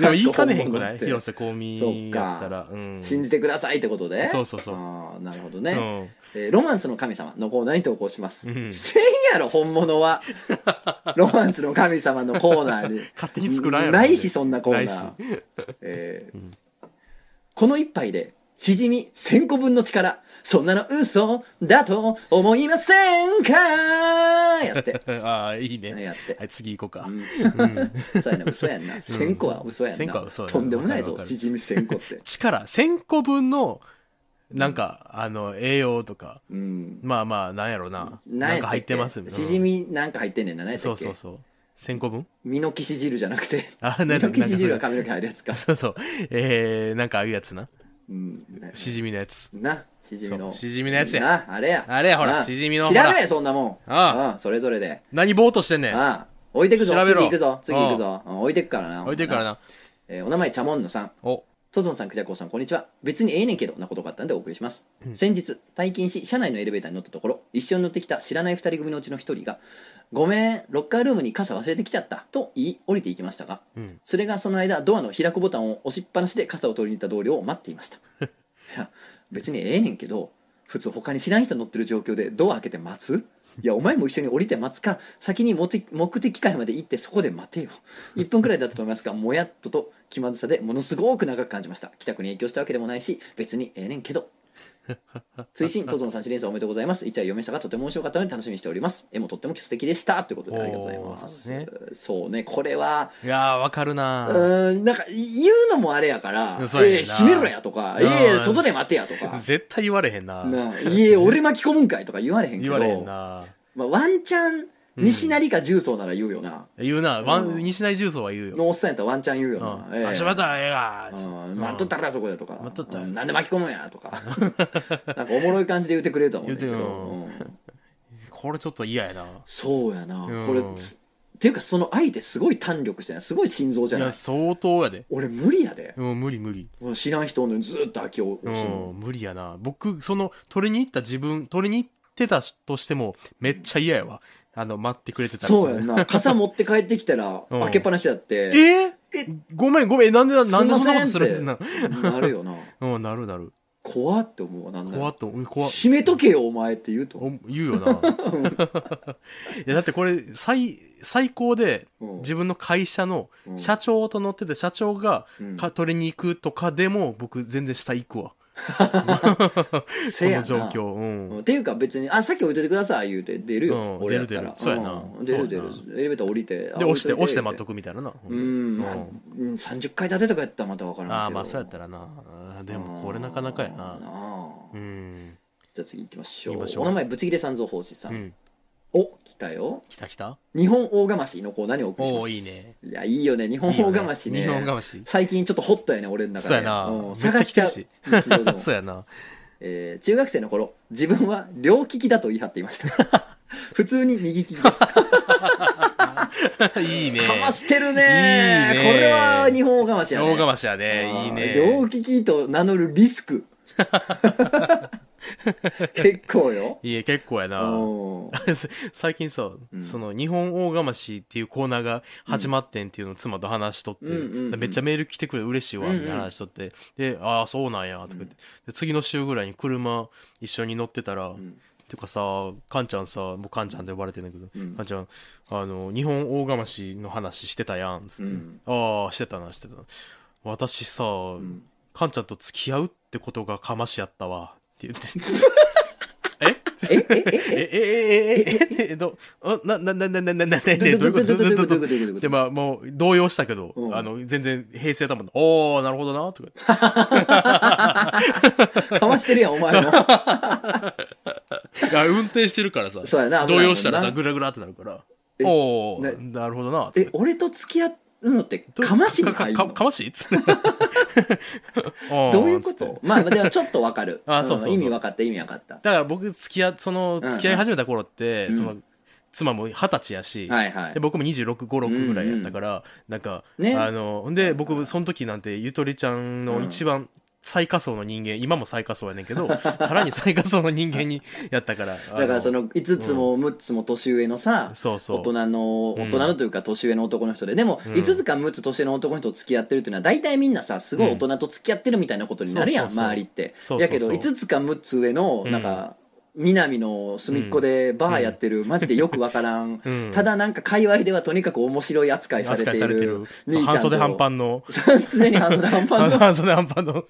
でも言いかねへんくな
本物っ
い
て
広瀬香美やったらうん
信じてくださいってことで。
そうそうそう
あーなるほどね、
うん
えーロマンスの神様のコーナーに投稿します。
うん
せんやろ、本物
*laughs*
は。ロマンスの神様のコーナーに。
勝手に作らんやろ
ないし、そんなコ
な
ー
い
ナ
し *laughs*
ー。えーこの一杯で、しじみ1000個分の力、そんなの嘘だと思いませんかや
*laughs*
って。
ああいいね
やって
は。い次行こうか
うん、そうやな嘘やんな1000個は嘘やんな、
1000個は嘘やな
とんでもない
わ
ぞ
かるわかる
しじみ1000個って
力1000個分のなんかあの栄養とか
うん
まあまあなんやろななん
やったっけ
か入ってますうん
しじみなんか入ってんねんな何やった
そ
っ
う
け
そうそう1000個分 *laughs*
身の騎士汁じゃなくて
あ
身
なんか
の騎士汁は
なんか
髪の毛入るやつか
そうそうえーなんかああいうやつな
うんな
しじみのやつ
なしじみ
そ
の
うしじみのやつや
なあれや
あれやほら
な
しじみの
知ら
ほ
な
ら
いそんなもん
ああ
あそれぞれで
何ぼーっとしてんねん
ああ置いてくぞ
調べろ
次行くぞ次行くぞうん置いてくからな
置いてるからな
えーお名前チャモンヌさん
お
とトゾンさん、クジャコウさん、こんにちは。別にええねんけど、なことがあったんでお送りします。
うん
先日、退勤し、車内のエレベーターに乗ったところ、一緒に乗ってきた知らない二人組のうちの一人が、ごめん、ロッカールームに傘忘れてきちゃった、と言い、降りていきましたが、
うん
それがその間、ドアの開くボタンを押しっぱなしで傘を取りに行った同僚を待ってい
*laughs*
ました。いや、別にええねんけど、普通他に知らん人乗ってる状況でドア開けて待ついや、お前も一緒に降りて待つか、先に目的目的地まで行ってそこで待てよ。1分くらいだったと思いますが、もやっとと気まずさでものすごく長く感じました。帰宅に影響したわけでもないし、別にええねんけど。追伸、トゾのさん、知連さんおめでとうございます。一話読めましたが、とても面白かったので楽しみにしております。絵もとっても素敵でした。ということでありがとうございます。
おーそう
そうね、これは、
いやーわかるなー
うーんなんか言うのもあれやから「
そうやねんな
ええ閉めろや」とか「
う
え
ん
え外で待てや」とか
絶対言われへん
「
な
なあいえ俺巻き込むんかい」とか言われへんけ
言
ど
われへんな
まあ、ワンチャン西成か重曹なら言うよな、
言うな、ワ
う
ン
ん
西大重曹は言うよ、
のおっさんやったらワンチャン言うよな、ええ
あしまったらええわ
うん待っとったからそこだとか
待っとった
うんなんで巻き込むんやと
*laughs*
かなんかおもろい感じで言ってくれると思うんだけど、
言うてよ
うん
これちょっと嫌やな
そうやな、
うん
これつっていうかその相手すごい胆力してないすごい心臓じゃ
い
な
や
い
相当やで
俺無理やで、
もう無理無理
もう知らん人のずっと空きを
う
押すの
ん無理やな僕その取りに行った自分取りに行ってたとしてもめっちゃ嫌やわあの待ってくれてたら
そうやんな。傘持って帰ってきたら、
うん
開けっぱなしだって、
え
え
ごめんごめんなんでななんでそんなこと
す
す
いま
る
せん
ん
って
な
なるよな。
うんなるなる
怖って思うわ、なんだ
怖
ろ
っとうん
う。
怖っ
閉めとけよ、お前って言うと。
お言うよ
*laughs*
ないやだってこれ最最高で
うん
自分の会社の
うん
社長と乗ってて社長が
うん
か取りに行くとかでも僕全然下行くわこ
せやな
の状況うん
うんっていうか別に、あ、さっき置いといてください言うて出るよ、
うん
俺やったら。
出る出るそうやなん
出る出る
そ。
エレベーター降りて。あ
で押して
置い
押して待っと
く。
くみたいなな
う
うん
ん、まあうん30階建てとかやったらまた分からんけど。
ああまあそうやったらなあーでもこれなかなかや
あー
な
あ
うん
じゃあ次行きましょ
行きまし
う。
ょ
お
う
名前、ぶち切れ三蔵法師さ。
うんん
お、来たよ。
来た来た
日本大釜しのコーナーにお送りしま
おお
す。
いい。ね
いや、いいよね。日本大釜しね。
日本がまし
最近ちょっとホットやね、俺の中で。
そうやな
うん
めっち
探
ゃ
し
来
ち
て
ゃ
る
う。
し
日常で
*laughs*
も
そうやな
えー中学生の頃、自分は両利きだと言い張っていました。 *laughs* 普通に右利
*laughs*
きです。か
いいね
ましてるね
いいね
これは日本大釜しやね。
大釜しやね
あー
いいね
両利きと名乗るリス
*laughs*
ク。結構よ。
いいえ結構やな
うん
*laughs* 最近さ、
うん
その日本大釜しっていうコーナーが始まってんっていうのを妻と話しとって、
うんうんうんうん
めっちゃメール来てくれ嬉しいわ
うんうん
みたいな話しとって、でああそうなんやとか言って、で次の週ぐらいに車一緒に乗ってたら、
ん
てかさカンちゃんさもうカンちゃんと呼ばれてんだけど、
うん
カンちゃんあの日本大釜しの話してたやんつって、
うん
ああしてたなしてたな私さ、
ん
カンちゃんと付き合うってことがかましやったわって言って *laughs* え
え、え、え、え、
え、え、え、え、え、え、え、ど、あ、な、な、な、な、な、な、な、な、どういうことどういうことどういうことで、まあ、もう、動揺したけど、あの、全然、平成だもん。おー、なるほどな、とか。
かましてるやん、お前も。
いや、運転してるからさ、動揺したらさ、ぐらぐらってなるから、おー、なるほどな、
え、俺と付き合うのって、かましに入る
か
の
かましつって。
ど
ど
ういうことまあ、でもちょっとわかる。
*laughs* あそうそうそうん
意味わかった、意味わかった。
だから僕、付き合、その、付き合い始めた頃って、その、妻も二十歳やし、
はいはい
で。僕も2656ぐらいやったから、なんか、
ね
あのほんで僕その時なんてゆとりちゃんの一番最下層の人間、今も最下層やねんけ
*laughs*
どさらに最下層の人間にやったからだ
だからその5つも6つも年上のさ、
そうそう
大人の
うん
大人のというか年上の男の人で、でも
うん
5つか6つ年上の男の人と付き合ってるっていうのは大体みんなさすごい大人と付き合ってるみたいなことになるやん、
うんそうそうそう
周りって
そうそうそう
やけど5つか6つ上の
うん
なんか、南の隅っこでバーやってる、マジでよくわからん、
うん
ただなんか界隈ではとにかく面白い扱いされ
扱
て
い
い
されて
る
るそう半袖半パ
ン
ンの
常に半袖半パンの
半袖半パンの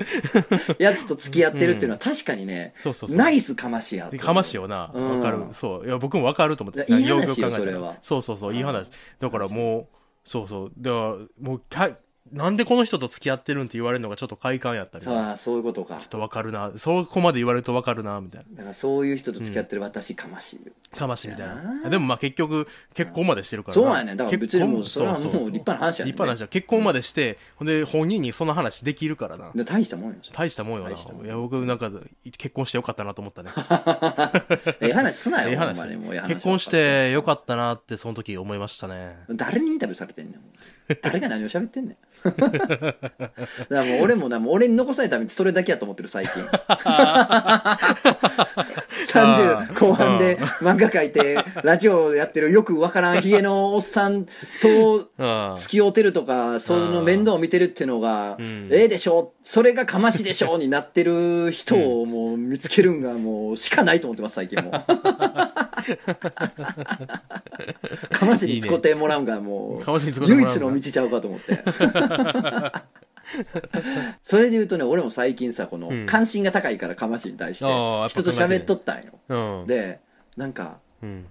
やつと付き合ってるっていうのは確かにね、
そうそうそう
ナイスかましやと思う
かましよなわ
うん
かるそういや僕もわかると思って
いやいい話よ
く考えたら
それは
そうそうそういい話だからもうそうそうだからもうかなんでこの人と付き合ってるんって言われるのがちょっと快感やったりちょ
さあそういうことか
っとわかるなそこまで言われるとわかるなみたいな
だからそういう人と付き合ってる私かましい、
かましみたいな
やな
でもまあ結局結婚までしてるから
そうやねんだから別にもう
結
それ
婚
はもう立派な話やねんね
立派な話や結婚までして、ほんで本人にその話できるからな
で大したもんよ
大したもんよな
大したもん
いや僕なんか結婚してよかったなと思ったね
ええ話すなよ
ええ
ほん
話
まにもうええ話
結婚してよかったなってその時思いましたね
誰にインタビューされてんねん誰が何を喋ってんねん
*laughs*
だからもう俺もなもう俺に残された道それだけやと思ってる最
*laughs*
近30後半で漫画描いてラジオやってるよくわからんヒゲのおっさんと
あ
付き合うてるとかその面倒を見てるっていうのが、
ん
ええでしょそれがかましでしょになってる人をもう見つけるんがもうしかないと思ってます最
*laughs*
近もうかましに使ってもらうんがもう
かましに使ってもら
唯
うんが
一の道ちゃうかと思って
*laughs*
それで言うとね俺も最近さこの
うん
関心が高いからかましに対して
あーやっぱ
人と喋っとったんよ
うん。
でなんか
うん。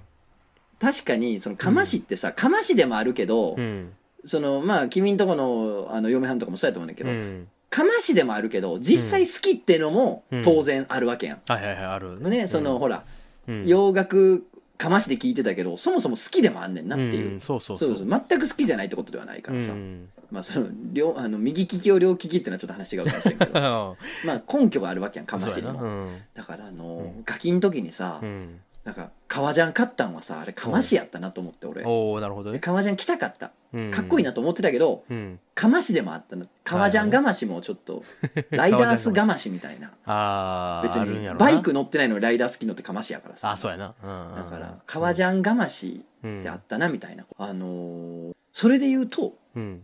確かにそのかましってさ、かましでもあるけど、
うん。
そのまあ君んとこのあの嫁はんとかもそうやと思うんだけ
う
ど、
ん。
かましでもあるけど実際好きってのも
うん
当然あるわけやん、
はいはいはい、ある。
ねその、ほら
うん、
洋楽かましで聞いてたけどそもそも好きでもあんねんなっていう、
んそうそう
そうそう全く好きじゃないってことではないからさ、
うん。
まあ、その両あの右利きを両利きっていうのはちょっと話違うかもしれんけど
あ
まあ根拠があるわけやんか
あ、
まし
そう
に
やな。
も
うん。
だからあの、
うん
ガキの時にさ、
うん。
なんか革ジャン買ったんはさあれかましやったなと思って俺
おおなるほどね。
革ジャン着たかった
うん
かっこいいな。と思ってたけど、
うん。
かましでもあったの革ジャンがましもちょっ
*laughs*
とライダースがましみたいな
ああ、
別
あるん
に
やろな
バイ。ク乗ってないのにライダース機能ってかましやからさ
あそうやな。うん。
だから革ジャンがまし
ャ
ってあったなみたいな、あのーそれで言うと
うん。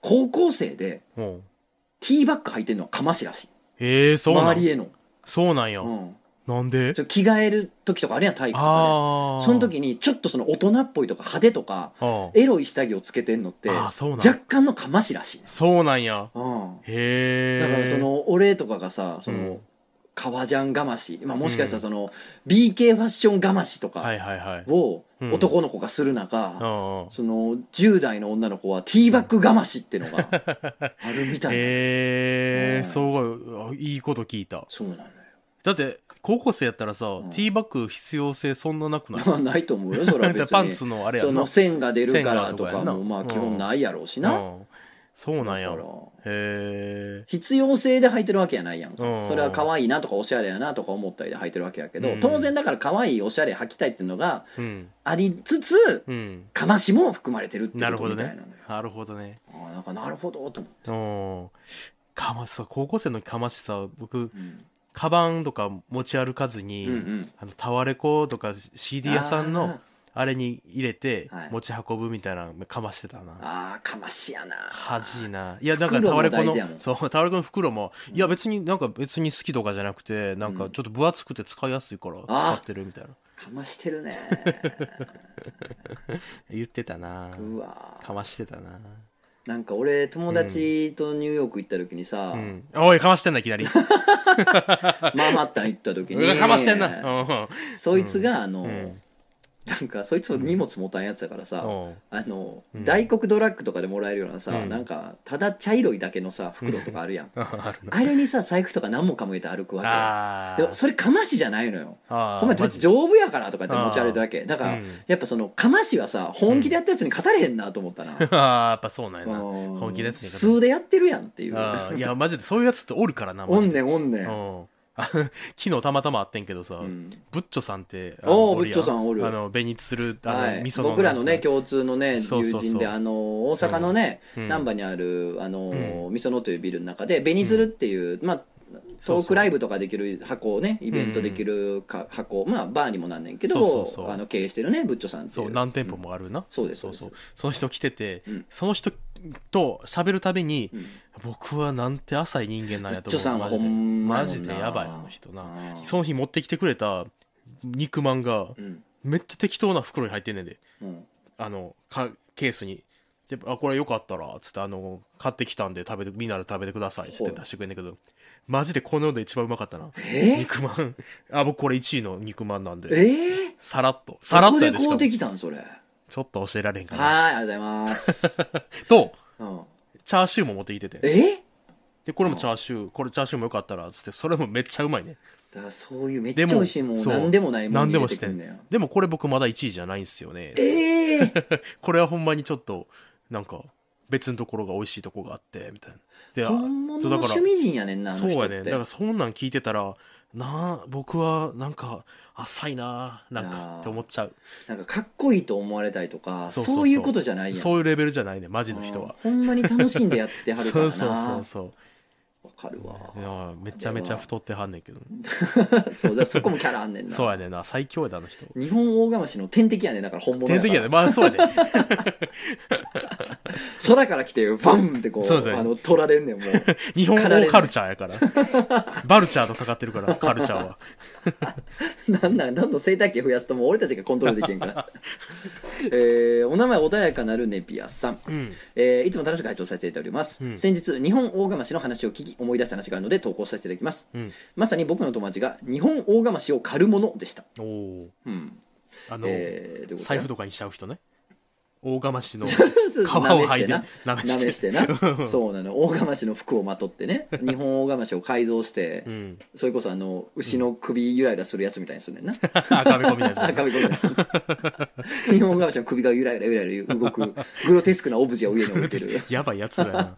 高校生で
うん。おう
ティーバッグ履いてるのはかましらしい
へえ、そうな
周
ん
りへの、
そうなんや
う。ん、
なんで
ちょ着替える時とかあるやん体育とか
ああ。
でその時にちょっとその大人っぽいとか派手とか
ああ、
エロい下着をつけてんのって
あーそうなん
若干のかましらしいね、
そうなんや。
うん
へえ。
だからそ、の俺とかがさその、
うん
革ジャンがまし、まあ、もしかしたらその、BK ファッションがましと
は
か
いはいはい。
を
うん
男の子がする中、
ああ。
その10代の女の子はティーバッグがましっての
*laughs*
があるみたいな、
へ
う
え、
ん
すごい、あいいこと聞いた。
そうなのよ
だって、高校生やったらさ、
ん
ティーバッグ必要性そんななくない
まあないと思うよそ
*laughs*
れは別に
パンツのあれや
そ
んな
の線が出るから
線が
と
とかや
か
んな
もまあ基本ないやろうし
う
な、
ん、そうなんや
だから
へえ
必要性で履いてるわけやないやんか、
うん
それは可愛いなとかおしゃれやなとか思ったりで履いてるわけやけど、
うん
当然だから可愛いおしゃれ履きたいっていうのが
うん
ありつつ、
うん
かましも含まれてるって
な
こ
るほ
と
ど
みたいな
ね
のよ
なるほどね
ああなんかなるほどと思って、
うんかまさ高校生のかましさ僕
うん
カバンとか持ち歩かずに、
うんうん
あのタワレコとか CD 屋さんのあれに入れて
はい
持ち運ぶみたいなのかましてたな、
あーあーかましやな
恥じいないやなんか
袋
タ
も
ワレコ
大事やも
の
ん
そうタワレコの袋も、いや別になんか別に好きとかじゃなくてなんかちょっと分厚くて使いやすいから使ってるみたいな
かましてるね *laughs*
言ってたな
うわ
かましてたな
なんか俺友達とニューヨーク行った時にさ、
うんおいかましてんないきなりう
マーマッタン行った時
わ
に
*laughs* かましてんなうん
そいつがあの、
ん
なんかそいつも荷物持たんやつだからさ、
おう
あの
うん
大黒ドラッグとかでもらえるようなさ、
うん
なんかただ茶色いだけのさ袋とかあるやん
あるな
あれにさ財布とか何もかも入れて歩くわけ
あ
でもそれかましじゃないのよ
あ
ほんまにどっち丈夫やからとかって持ち歩いただけだから、
うん
やっぱそのかましはさ本気でやったやつに勝たれへんなと思ったな、
ああやっぱそうなんやな
うん
*laughs* 本気のやつに勝
数でやってるやんっていう
ああいやマジでそういうやつっておるからな
お
マジ
ん
で
ねんおんね、
うんんあ昨日たまたま会ってんけどさ、
うん
ブッチョさんってあ
おう
おるや
ブッチョさんおる
あのベニツルあの、
はい
味噌の
僕らのね共通のね友人
そう
で
そうそう
あの大阪のね、
うん
難波にあるあの、
う
みそのというビルの中でベニズルっていう、まあ
そう
トー
そう
クライブとかできる箱をねイベントできるか、箱まあバーにもなんねんけど
そうそうそう
あの経営してるねブッチョさんってい
そう何店舗もあるな、
そうです
そうそ
そううで
その人来てて、
うん
その人と喋るたびに、
ん
僕はなんて浅い人間なんやと
ブッ
思う
チョさんは
マジで
ほんまやもん
マ
な
ジでやばいあの人な
うん
その日持ってきてくれた肉まんが
うん
めっちゃ適当な袋に入ってんねんで
うん
あのかケースにであこれよかったらつってあの買ってきたんで食べてみんなで食べてくださいつって出してくれんだけどマジでこの世で一番うまかったな
え
肉まん *laughs* あ僕これ1位の肉まんなん
え
で
ー
さらっとさらっとや
どこで
で
買
しか
う
も
てきたんそれ。は
ちょっと教えられへんか
ーい、
な
ありがとうござい *laughs* ます。
と
うん、
チャーシューも持ってきてて
え
でこれもチャーシューこれチャーシューもよかったらつってそれもめっちゃうまいね
だからそういうめっち
で
ゃ
も
美味しいもん、
そう
なんでもないもん
何
に
で
入
も
れ
して
く
てん
んだよ。
でもこれ僕まだ1位じゃないんすよね
*laughs* ええ
これはほんまにちょっとなんか別のところが美味しいとこがあってみたいなであ
本物の
だから
趣味人やねんなあ
そ
の
う
人
や
っ
ね
て
だからそんなん聞いてたらなあ僕はなんか浅いなあなん
いや
か
ー
って思っちゃう
なんかかっこいいと思われたいとか
そうそうそう
そういうことじゃないやん
そういうレベルじゃないねマジの人
うん
は
ほんまに楽しんでやってはるか
そ
ら *laughs*
う
な
そうそうそ
わかるわ
ういやーめちゃめちゃ太ってはんねんけど
そうだからそこもキャラあんねんな
そうやねんな最強やであの人
日本大釜氏の天敵やねんだから本物
天
やから
敵やねまあそうや
*laughs*
ね
空から来てバンってこう
そうそう
あの取られんねんもう
日本語カルチャーやからバルチャーとかかって
*laughs*
るからカルチャーは
なんなんどんどん生態系増やすともう俺たちがコントロールできへんから
*laughs*
えーお名前穏やかなるネピアさん、
うん
えーいつも楽しく拝聴させていただいております、
うん
先日日本大釜氏の話を聞き思い出した話があるので投稿させていただきます、
うん
まさに僕の友達が日本大釜氏を狩るものでした
おお
うん
あの、
えーどういうことや
財布とかにしちゃう人ね大釜市の皮
*laughs* そう
を
舐めし
剥い
て
で
な舐めして
*laughs*
なそうなの大釜氏の服をまとってね日本大釜氏を改造して、
うん、 *laughs*
それこそあの牛の首ゆらゆらするやつみたいにするねんな
赤べこみたいなやつ
赤べこみたいなやつ日本大釜氏の首がゆらゆらゆらゆら動くグロテスクなオブジェを上に置いてる、
やばいやつだな、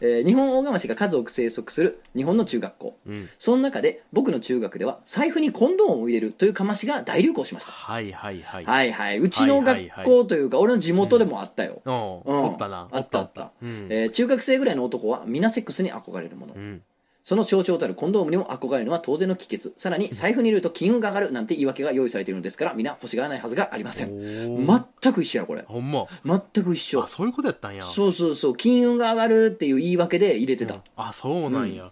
えー日本大釜氏が数多く生息する日本の中学校
うん、
その中で僕の中学では財布にコンドームを入れるというかましが大流行しました
はいはいはい、
はいはいうんうちの
はい
学
はいはい
校というか俺の地元でもあったよ、
おう
うん
おったな
あったあった
うん
えー中学生ぐらいの男は皆セックスに憧れるもの、
うん、
その象徴たるコンドームにも憧れるのは当然の帰結さらに財布に入れると金運が上がるなんて言い訳が用意されているのですから皆欲しがらないはずがありません
おー
全く一緒やこれ
ほんま
全く一緒
あそういうことやったんや
そうそうそう金運が上がるっていう言い訳で入れてた、
あそうなんや、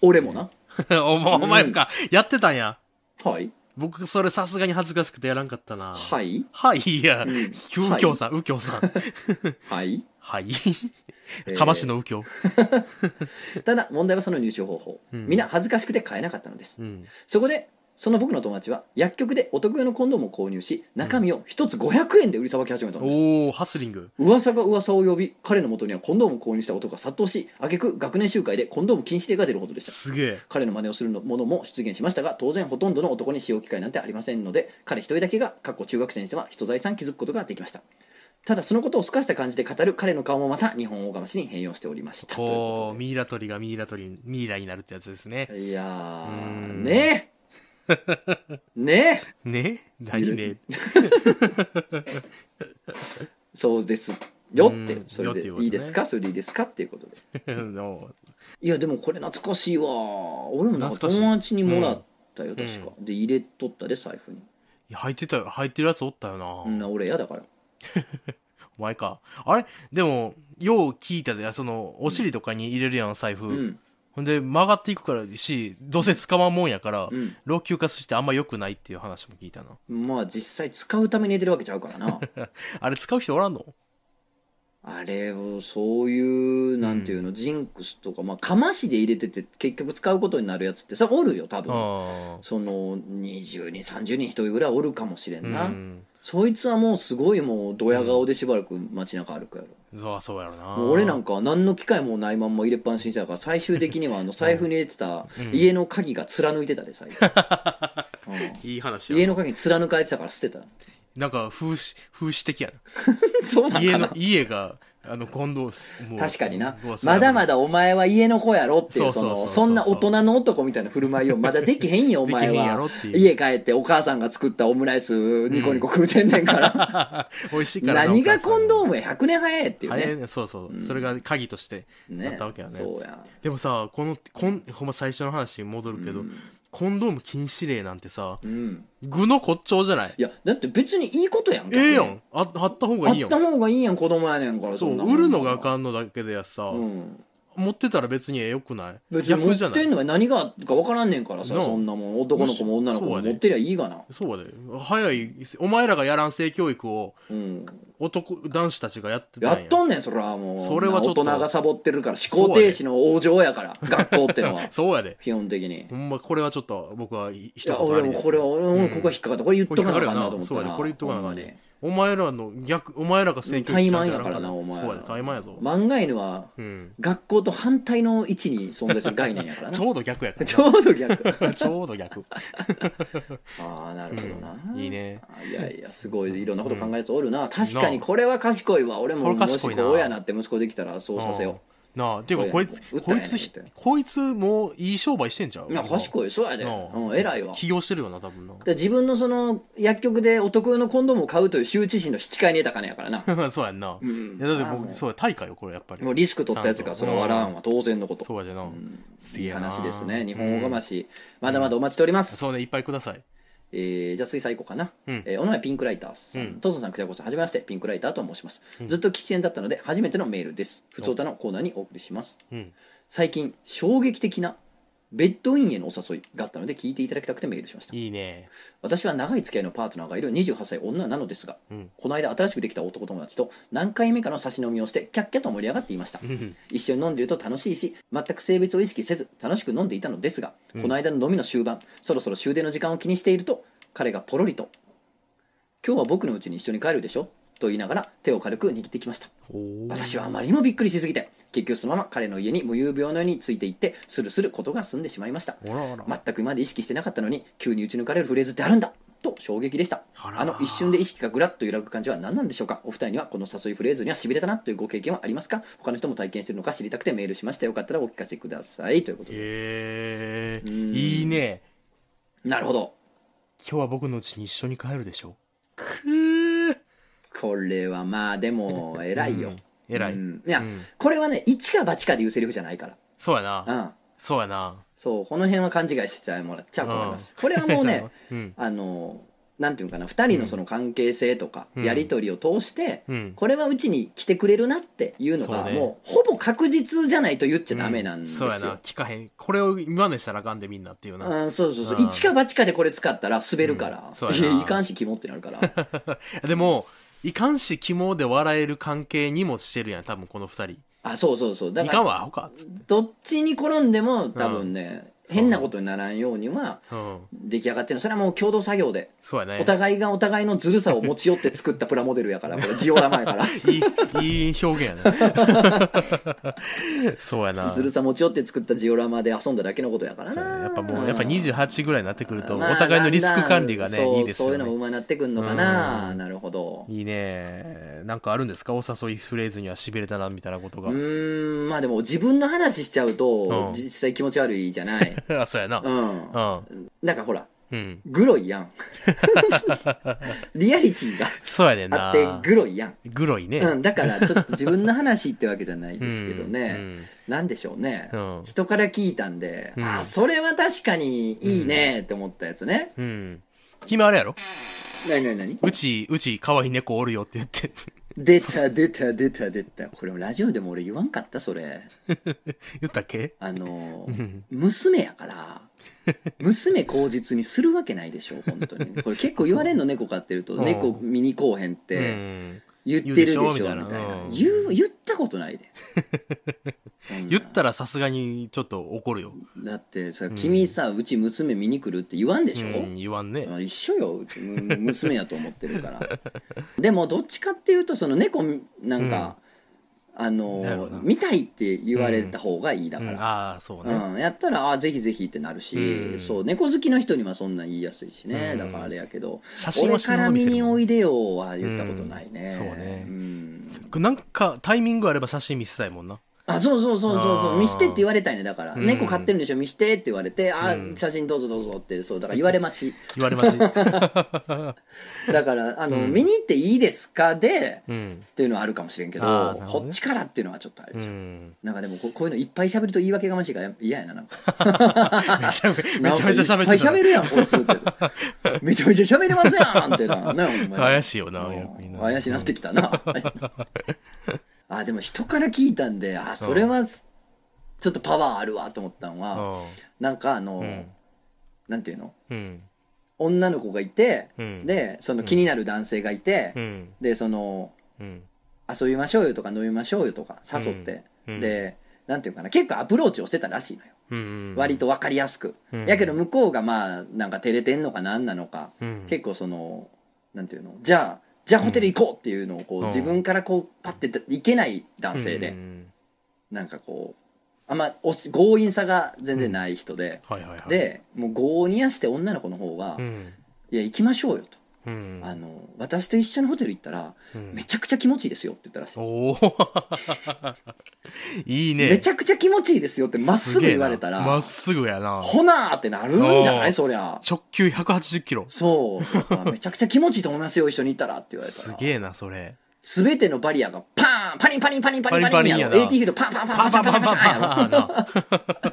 俺もな
*laughs* お前
うん
お前か、やってたんや
はい
僕それさすがに恥ずかしくてやらんかったな
はいい
はいいや、
ん
右京さん右京さん
はい
はい
*laughs* えー
かましの右京、
ただ問題はその入手方法、
うん
皆恥ずかしくて買えなかったのです
うん、
そこでその僕の友達は薬局でお得意のコンドームを購入し中身を1つ500円で売りさばき始めたんです、
おおハスリング
噂が噂を呼び彼の元にはコンドームを購入した男が殺到し挙句学年集会でコンドーム禁止令が出るほどでした
すげえ
彼の真似をするのものも出現しましたが当然ほとんどの男に使用機会なんてありませんので彼一人だけが過去中学生にしては人財産築くことができましたただそのことを透かした感じで語る彼の顔もまた日本大釜氏に変容しておりましたという
こ
こ
うミイラ取りがミイラ取りミイラになるってやつですね
とでいや
う
ー
ん *laughs*
ねえねえ
ね何ね
そうですよって
うん
それで
よっていうことね
いいですかそれでいいですかっていうことで
*laughs* の
いやでもこれ懐かしいわ俺もなんか
懐かしい
友達にもらったよ
ん
確か、で入れとったで財布に、
いや入ってたよ入ってるやつおったよな、
うん、な俺嫌だから
お前かあれでもよう聞いたでそのお尻とかに入れるやん財布、
うん
ほんで曲がっていくからしどうせ捕まんもんやから、
うん
老朽化してあんま良くないっていう話も聞いたな
まあ実際使うために入れてるわけちゃうから *laughs* な
あれ使う人おらんの
あれをそういうなんていうの、ジンクスとかまあかましで入れてて結局使うことになるやつってさおるよ多分
あ
その20人30人1人ぐらいおるかもしれ
あうん
な、
ん
そいつはもうすごいもうドヤ顔でしばらく街中歩くやろ、
そうそうやろな
もう俺なんかは何の機会もないまんま入れっぱなしにしてたから最終的にはあの財布に入れてた家の鍵が貫いてたで最 *laughs* 後、う
いい話
ん家
や
の鍵貫かれてたから捨てた
なんか風刺風刺的や
*laughs*
な
そう *laughs* なん
家
か
の
な
家があの今度すもう
確かにな
もうそれ
まだまだお前は家の子やろっていう
そう
そ
そうそうそう
のそんな大人の男みたいな振る舞いをまだできへんよお前
*laughs* できへんやろ
は
っていう
家帰ってお母さんが作ったオムライスニコニコ食うてんねん
*laughs*
から、
美味しいからな
何がコンドー
ム
ムや100年早えっていう
早い
ね
ねそうそう、それが鍵として
ね
なったわけやね
そうや
でもさこのこんほんま最初の話に戻るけど、コンドーム禁止令なんてさ
うん
具の骨頂じゃない
いやだって別にいいことやん逆に
ええやんああった方がいい
あ
や
っ
ん
た方がいいやん子供やねんから
そ
んな
うん売るのがあかんのだけでやさ、
うん
持ってたら別にええよくない
別に
逆じ
持
ゃ
っ
な
てん
い
のは何がか分からんねんからさ
なあ
そんなもん男の子も女の子
そう
も
やね
持ってりゃいいがな
そうだよ早いお前らがやらん性教育を
うん
男男子たちがやってた
や
んや
っとんねんそれはもう
それはちょっと
大人がサボってるから思考停止の往生やから学校ってのは *laughs*
そうやで
基本的に
ほんまこれはちょっと僕はい一
や
言あ
俺
り
も
です
これは俺もここが引っかかったこれ言っとかなあかんなと思
これ引
っ
ったか
な
かるよなそうやねこれ言っとかなあかんね
ほんまに
お前らの逆、お前らが正教
怠慢やからなお前ら
そうやで、怠慢やぞ。
漫画犬は
うん。
学校と反対の位置に存在する概念やからな
ちょうど逆やか
*laughs*
ら
ちょうど
*laughs*
逆
な。ちょうど逆。
*laughs* ああなるほどな、
いいね。
いやいやすごいいろんなこと考えやつおるな、確かにこれは賢いわ俺
こ
も
れ
も
賢
し
いな
こうやなって息子できたらそうさせよ
うん。なあ、っていうか、こいつ
そうや、ね
こいつ
訴えない、
こいつもういい商売してんちゃう
ういや賢いそうやで、
なあ
うん、偉いわ
起業してるよな、多分な。
で自分のその薬局でお得用のコンドームを買うという羞恥心の引き換えに得た金やからな
*laughs* そうやんな。
ん
いや、だって
ああもう
僕、そうや、大会よ、これ、やっぱり。
もうリスク取ったやつがその笑わんは当然のこと
そうやでな。す
い
げ
い
えな
話ですね日本語がまし、まだまだお待ちしております
そうね、いっぱいください。
えーじゃあ水彩行こうかな、
うん
えーお名前ピンクライターさん、
うん
トソさんくちゃこさんはじめましてピンクライターと申します、ずっと喫煙だったので初めてのメールですふつおたのコーナーにお送りします
うん。
最近衝撃的なベッドインへのお誘いがあったので聞いていただきたくてメールしました
いいね。
私は長い付き合いのパートナーがいる28歳女なのですが、
うん
この間新しくできた男友達と何回目かの差し飲みをしてキャッキャと盛り上がっていました
うん。
一緒に飲んでいると楽しいし全く性別を意識せず楽しく飲んでいたのですが、
ん
この間の飲みの終盤そろそろ終電の時間を気にしていると彼がポロリと「今日は僕のうちに一緒に帰るでしょ?」と言いながら手を軽く握ってきました
おー
私はあまりにもびっくりしすぎて結局そのまま彼の家に無遊病のようについていってスルスルことが済んでしまいました
おらおら。
全く今まで意識してなかったのに急に打ち抜かれるフレーズってあるんだと衝撃でした
あら
あの一瞬で意識がぐらっと揺らぐ感じは何なんでしょうかお二人にはこの誘いフレーズにはしびれたなというご経験はありますか他の人も体験してるのか知りたくてメールしましたよかったらお聞かせくださいということで
え
うん
ー、いいね。
なるほど
今日は僕の家に一緒に帰るでしょ。くー。
これはまあでも偉いよ、
うん偉い。
うんいや、
うん
これはね一か八かで言うセリフじゃないか
そうやな。
らうん
そうやな。
そうこの辺は勘違いしてもらっちゃうと思いますこれは
*laughs*
もうね
うん。
あのなんていうかな2人のその関係性とか、
うん
やり取りを通して、
うん
これはうちに来てくれるなっていうのが
そうね
もうほぼ確実じゃないと言っちゃダメなんですよ、
うそうやな。聞かへん。これを真似したらあかんでみんなっていうな。
うん、そうそうそう
うん
一か八かでこれ使ったら滑るから、
うんそうや
い
な
*laughs* やいかんし肝ってなるから
*laughs* でも、いかんし肝で笑える関係にもしてるやん、多分この二人。
あそうそうそうだ
い
か
かん
ら
わ、アホか。つって
どっちに転んでも多分ね、変なことにならんようには
うん。
出来上がってるそれはもう共同作業で
そうやね。
お互いがお互いのずるさを持ち寄って作ったプラモデルやからこれジオラマや
*laughs*
から
いい、いい表現やね。そうやな。
ずるさ持ち寄って作ったジオラマで遊んだだけのことやから
そう
な
やねやっぱもう、
ん
やっぱ28ぐらいになってくると、お
まあ
互いのリスク管理が
だんだん
ね、いいです
そうそうい
よ
うのも上手
ね。
になってくんのかな、
うん
なるほど
いいね。なんかあるんですかお誘いフレーズにはしびれたな、みたいなこと
うーんまあでも自分の話しちゃうと、
うん
実際気持ち悪いじゃない
*laughs* が。あ、そうやな
う。ん
うん。
なんかほら
うん。
グロい
*laughs*
やんリアリティが
そうやねん
あ
な。
ってグロいやん、
グロいね。
うん、だからちょっと自分の話ってわけじゃないですけどね、
うんうん
なんでしょうね、
うん
人から聞いたんで、
うん
あそれは確かにいいねって思ったやつね、
うん。君あれやろ
何何何
うち、うち、可愛い猫おるよって言って。 *laughs*
出た出た出た出たこれラジオでも俺言わんかったそれ
言ったっけ
あの
うん
娘やから娘口実にするわけないでしょ本当にこれ結構言われんの猫飼ってると
うん
猫見に来おへんっ
う
て
ん。
言ってるでしょ
言う
み
でしょ
たいな
みたいなうん
言う言ったことないでそんな
*laughs* 言ったらさすがにちょっと怒るよ。
だってさ君さうち娘見に来るって言わんでしょ、
うん、言わんね。
まあ一緒ようちむ *laughs* 娘やと思ってるからでもどっちかっていうとその猫なんか、あ
なるほ
の
ど
見たいって言われた方がいいだ
う
か
ん、
ら、
ああ、そう
うん
ね。
やったらあーぜひぜひってなるし、
うん
そう猫好きの人にはそんなん言いやすいしね、
うん
だからあれやけど「
写真
俺
は死
か
ぬほ
ら
ど
見
見せる
に
もん
おいでよ」は言ったことないね、
うんそうね
ん
なんかタイミングあれば写真見せたいもんな。
あそうそうそうそうそ
あ
う
ー
見してって言われたいねだから、
うん
猫飼ってるんでしょ見してって言われて「あー
うん
写真どうぞどうぞ」ってそうだから言われ待ち
言われま
*laughs*
し
だからあの、見に行っていいですかで
うん。
っていうのはあるかもしれんけど
あーなるほど
こ
ね
っちからっていうのはちょっとあれ
う
でしょ、 *laughs*
ん。
なんかでもここういうのいっぱい喋ると言い訳がましいから嫌やななんか
めち *laughs* ゃめちゃ、めちゃめちゃ喋
なん
っ
かい
て
っぱい喋
たな。
るやんこいつって
*laughs*
めちゃめちゃ喋れますやんってななお前
怪しいよな、逆
うん
に
怪しいなってきた
*laughs*
なあでも人から聞いたんであそれはちょっとパワーあるわと思ったの
う
は、
ん。
なんかあの、
うん
なんていうの
うん。
女の子がいて、
うん
でその気になる男性がいて、
うん。
でその
うん。
遊びましょうよとか飲みましょうよとか誘って、
うんうん
でなんていうかな結構アプローチをしてたらしいのよ、
うん。
割。と分かりやすく、
うん
やけど向こうがまあなんか照れてんのかなんなのか、
うん。
結構そのなんていうのじゃあじゃあホテル行こうっていうのをこ
う
うん自分からこうパッて行けない男性
う
で
ん
なんかこうあんまおし強引さが全然ない人で
はいはいはい。、
でもう強にやして女の子の方が
うん。
「いや行きましょうよ」と
うん
「あの私と一緒にホテル行ったら
うん
めちゃくちゃ気持ちいいですよ」って言ったらしい
おー *laughs* いいね。
めち
ゃ
ゃくちゃ気持ちいいですよってまっすぐ言われたら
まっすぐやな。
ほなーってなるんじゃな
おー
いそりゃ
直球180キロ。
そうやっぱめちゃくちゃ気持ちいいと思いますよ一緒に行ったらって言われた
す
ら
げえな、それ。
すべてのバリアがパーンパリンパリンパリンパリンパリンやろ
パリ
AT
ンパリン
フィールドパンパンパン
パ
パ
ン
シ
パ
ャ
ン
パシ
パ
ャパシ
ンパンパ
ャや
ンな。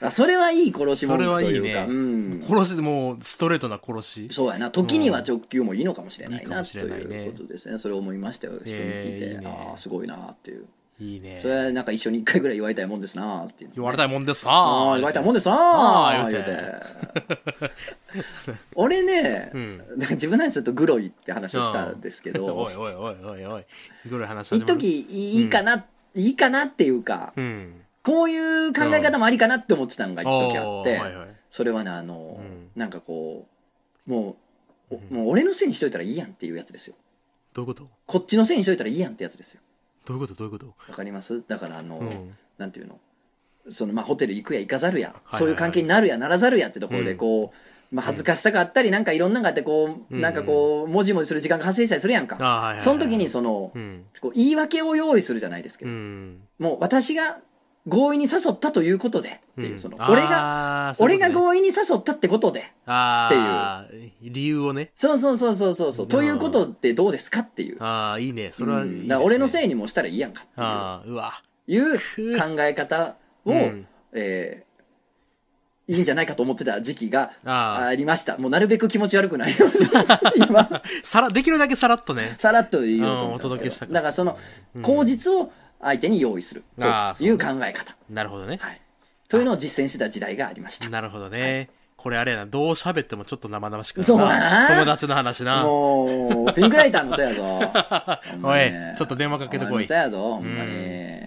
ろそれはいい殺し文句という
それ
か
はいいね
うん
殺し、もうストレートな殺し。
そうやな時には直球もいいのかもしれない
うんいいか
な
も
と
しれないね
いうことですねそれを思いましたよ人に聞い
えーい
て
いね
ああすごいなっていう
いいね
そ。れはなんか一緒に一回ぐらい祝いたいもんですなっていう
言われたいもんです
ああ
な
言われたいもんですな
あー言うて
言うて
*laughs*
俺ね
うん
なんか自分の話するとグロいって話をしたんですけ
*laughs* お
ど
いおいおいおいおい。いろいろ話始
一
まる
時いいかな、いいかなっていうか、
うん。
こういう考え方もありかなって思ってたのが一時あって、
おーはいはい。
それはねあの、
うん
なんかこうもう、お
うん
もう俺のせいにしといたらいいやんっていうやつですよ
どういうこと
こっちのせいにしといたらいいやんってやつですよ
どういうことどういうこと
わかりますだからあの、
うん
なんていうのそのまあホテル行くや行かざるや、
い
そういう関係になるやならざるやってところで
うん
こう、まあ、恥ずかしさがあったりなんかいろんなのがあってこう、
うん
なんかこうもじもじする時間が発生したりするやんか、
ああ、はいはいはい。
その時にその、
うん。
こう言い訳を用意するじゃないですけ
う
ど、
ん。
もう私が強引に誘ったということでっていう、
ん
その
あー
俺が、
そうい
俺
うこと
が強
ね
引に誘ったってことで、
あー理由をね。
そうそうそうそうそうそう、
うん
ということでどうですかっていう。
ああ、いいね。それはいいです
う
ね、
んだから俺の
い
せいにもしたらいいやんかっ
ああ、うわ。
ていう
く
いう考え方を、
うん
えーいいんじゃないかと思ってた時期が
ああ、
ありました。もうなるべく気持ち悪くないように
*laughs*
今、
さら、できるだけさらっとね。
さらっと言おうと思ったん
うんお届
で
け
すけ
した
ど。
か
だからその、口実を相手に用意すると
あーそう
いう考え方。
なるほどね。
はい。というのを実践してた時代がありました。
なるほどね。これあれやな、どう喋ってもちょっと生々しくなる
そう
な
な
友達の話な。
もう、ピンクライターのせい
*laughs*
やぞ。ほんまに
おいちょっと電話かけてこ
お前
い
のせいやぞ、ほんまに。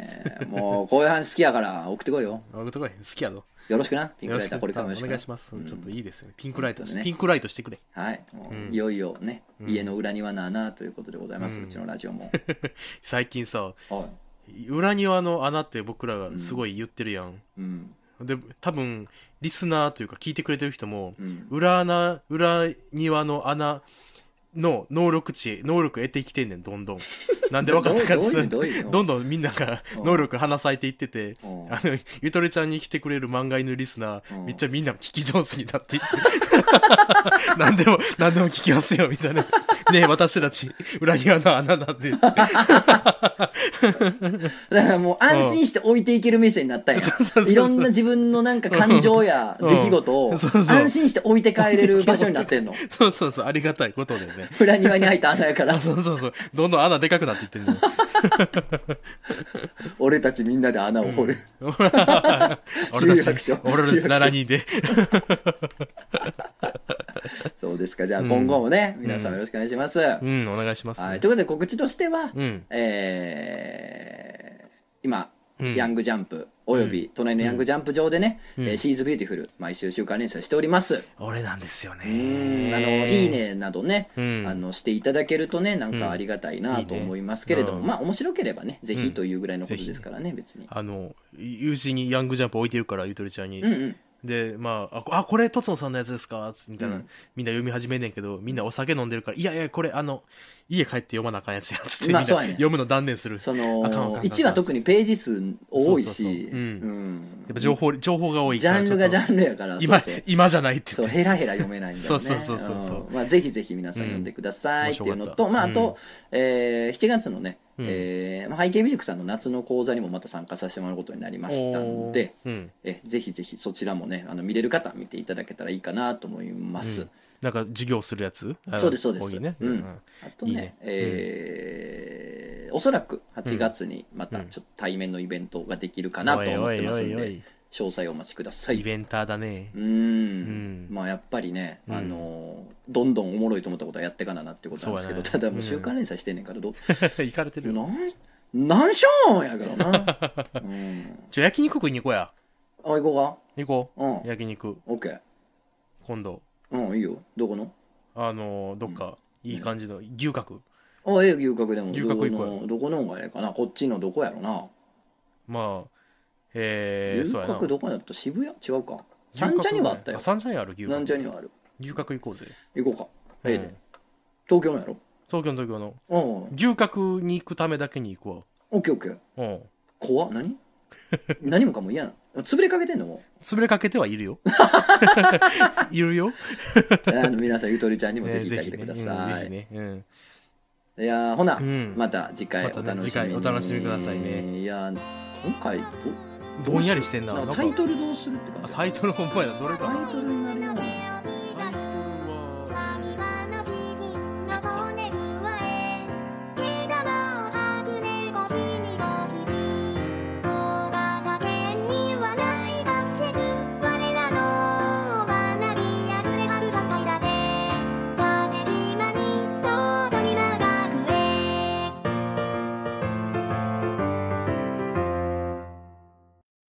もう、こういう話好きやから、送ってこいよ。
あことこい好きやぞ。
よろしくな、ピンク
よろ
ラ
し
イ
く
ター、
お
これからも
願
よ
い
ろしくな。
します。ちょっといいですよね。ピンクライトし
うん
て、ピンクライトしてくれ。
はい。もう
うん
いよいよね、家の裏庭の穴ということでございます、うちのラジオも。 *laughs*
最近さ、
はい。
裏庭の穴って僕らがすごい言ってるやん。
うん。
で、多分、リスナーというか聞いてくれてる人も、
うん。
裏穴、裏庭の穴の能力値、能力得てきてんねん、どん
*laughs*
どん。なんで分かったかっ
どうどういう
て
どういうの
どんどんみんなが
うん
能力花咲いていってて、
うん
あの、ゆとりちゃんに来てくれる漫画犬リスナ
う
ー、
ん
めっちゃみんな聞き上手になっていって、 *laughs* 何でも、何でも聞きますよ、みたいな。ねえ私たち、裏庭の穴なんで。
だからもう安心して置いていける店になったんや
*laughs* そうそうそうそう
いろんな自分のなんか感情や
*laughs* うん
出来事を
うんそうそう
安心して置いて帰れる場所になってん
*laughs*
の。
そうそうそう、ありがたいことでね。
裏庭に入った穴やから
あ、 *laughs* そうそうそう、どんどん穴でかくなっていってんねん。
俺たちみんなで穴を掘る。 *laughs*
*laughs* 俺た
有
ち
楽、町
俺たち7人で。
そうですか。じゃあ今後もね、皆さんよろしくお願いします。
うん、お願いします、ね。
はい。ということで告知としては、
うん。
えー今、
うん
ヤングジャンプ、および隣のヤングジャンプ上でね、
ん
えーシーズビューティフル、毎週週間連載しております。
俺なんですよね。
うんあのいい。ねなどね、
うん
あのしていただけるとねなんかありがたいなと
うんいいね
思いますけれども、
うん
まあ面白ければねぜひというぐらいのことですからね、別に
あの、友人にヤングジャンプ置いてるから、ゆとりちゃんに。
うんうん
で、まあ、あこあ、これ、とつのさんのやつですかつみたいな、
うん
みんな読み始めんねんけど、みんなお酒飲んでるから、いやいや、これ、あの、家帰って読まなあかんやつやつって、
まあ
みんな
そうやね
読むの断念する。
そ
あかんあかんあ
の
かん
1は特にページ数多いし
そうそうそううん
うん
やっぱ情報、情報が多い
ジ
から
ャンルがジ
ちょっ
ャンルやから
と今
そうそう
今じゃないって
そう
言って。
ヘラヘラ読めないんだよね。
そうそうそうそう
うんまあぜひぜひ皆さん読んでくださいっていうのと、
うん
まああ
面白かった
と、えー7月のね、
うん
えーまあ背景美塾さんの夏の講座にもまた参加させてもらうことになりましたので、
おーうん。
えぜひぜひそちらもねあの見れる方は見ていただけたらいいかなと思います、
うんなんか、授業するやつあの
そうですそうです
講義ね。
うん
うん
あとね
いいね
えーおそらく8月にまたちょっと対面のイベントができるかなと思ってますんで、
おいおいおい
詳細お待ちくださ
お
い
いイベンターだ
*laughs*
ね
う。ーん
ん
まあやっぱりね、
うん
あのーどんどんおもろいと思ったことはやってかななってことなんですけど、
そ
た
うだ
だ
ね
もう週刊連載してんねんからどう、 *laughs*
行かれてる。
なんなんしょんやけどな、
*laughs*
うん、
ちょ、焼肉食いに行こうや。
あ行こ
行こう。
うん
焼肉、
うか OK
今度。
うんいいよどこの
あのーどっか、いい感じの牛角
あええ牛角でも
牛角
ど
一個や
このどこの方がええかなこっちのどこやろな、
まあえー、
牛
そうやな
角どこやった渋谷違うか三茶にはあったよ
あ三茶にある牛
三
角
茶にはある
牛角行こうぜ
行こうかええで、
うん
東京のやろ
東京の東京の
うんオ
牛角に行くためだけに行くわ
ッケーオッケー
うん
怖っ
*laughs*
何何もかも嫌な潰れかけてんのも
潰れかけてはい
*laughs*
るよいるよ
う *laughs* あの皆さんゆとりちゃんにも
ね
ぜひ行ってあげてください、
ねうんぜひねうん
いやーほな、
うん
また次回
ま
お楽し
たね
みに、
次回お楽しみくださいね
いやー今回ど
どんやりしてんな
な
なんん
か
か
タイトルどうするって
あ
感じ
タイトルほんまやなどれか
タ
な
イトルになるような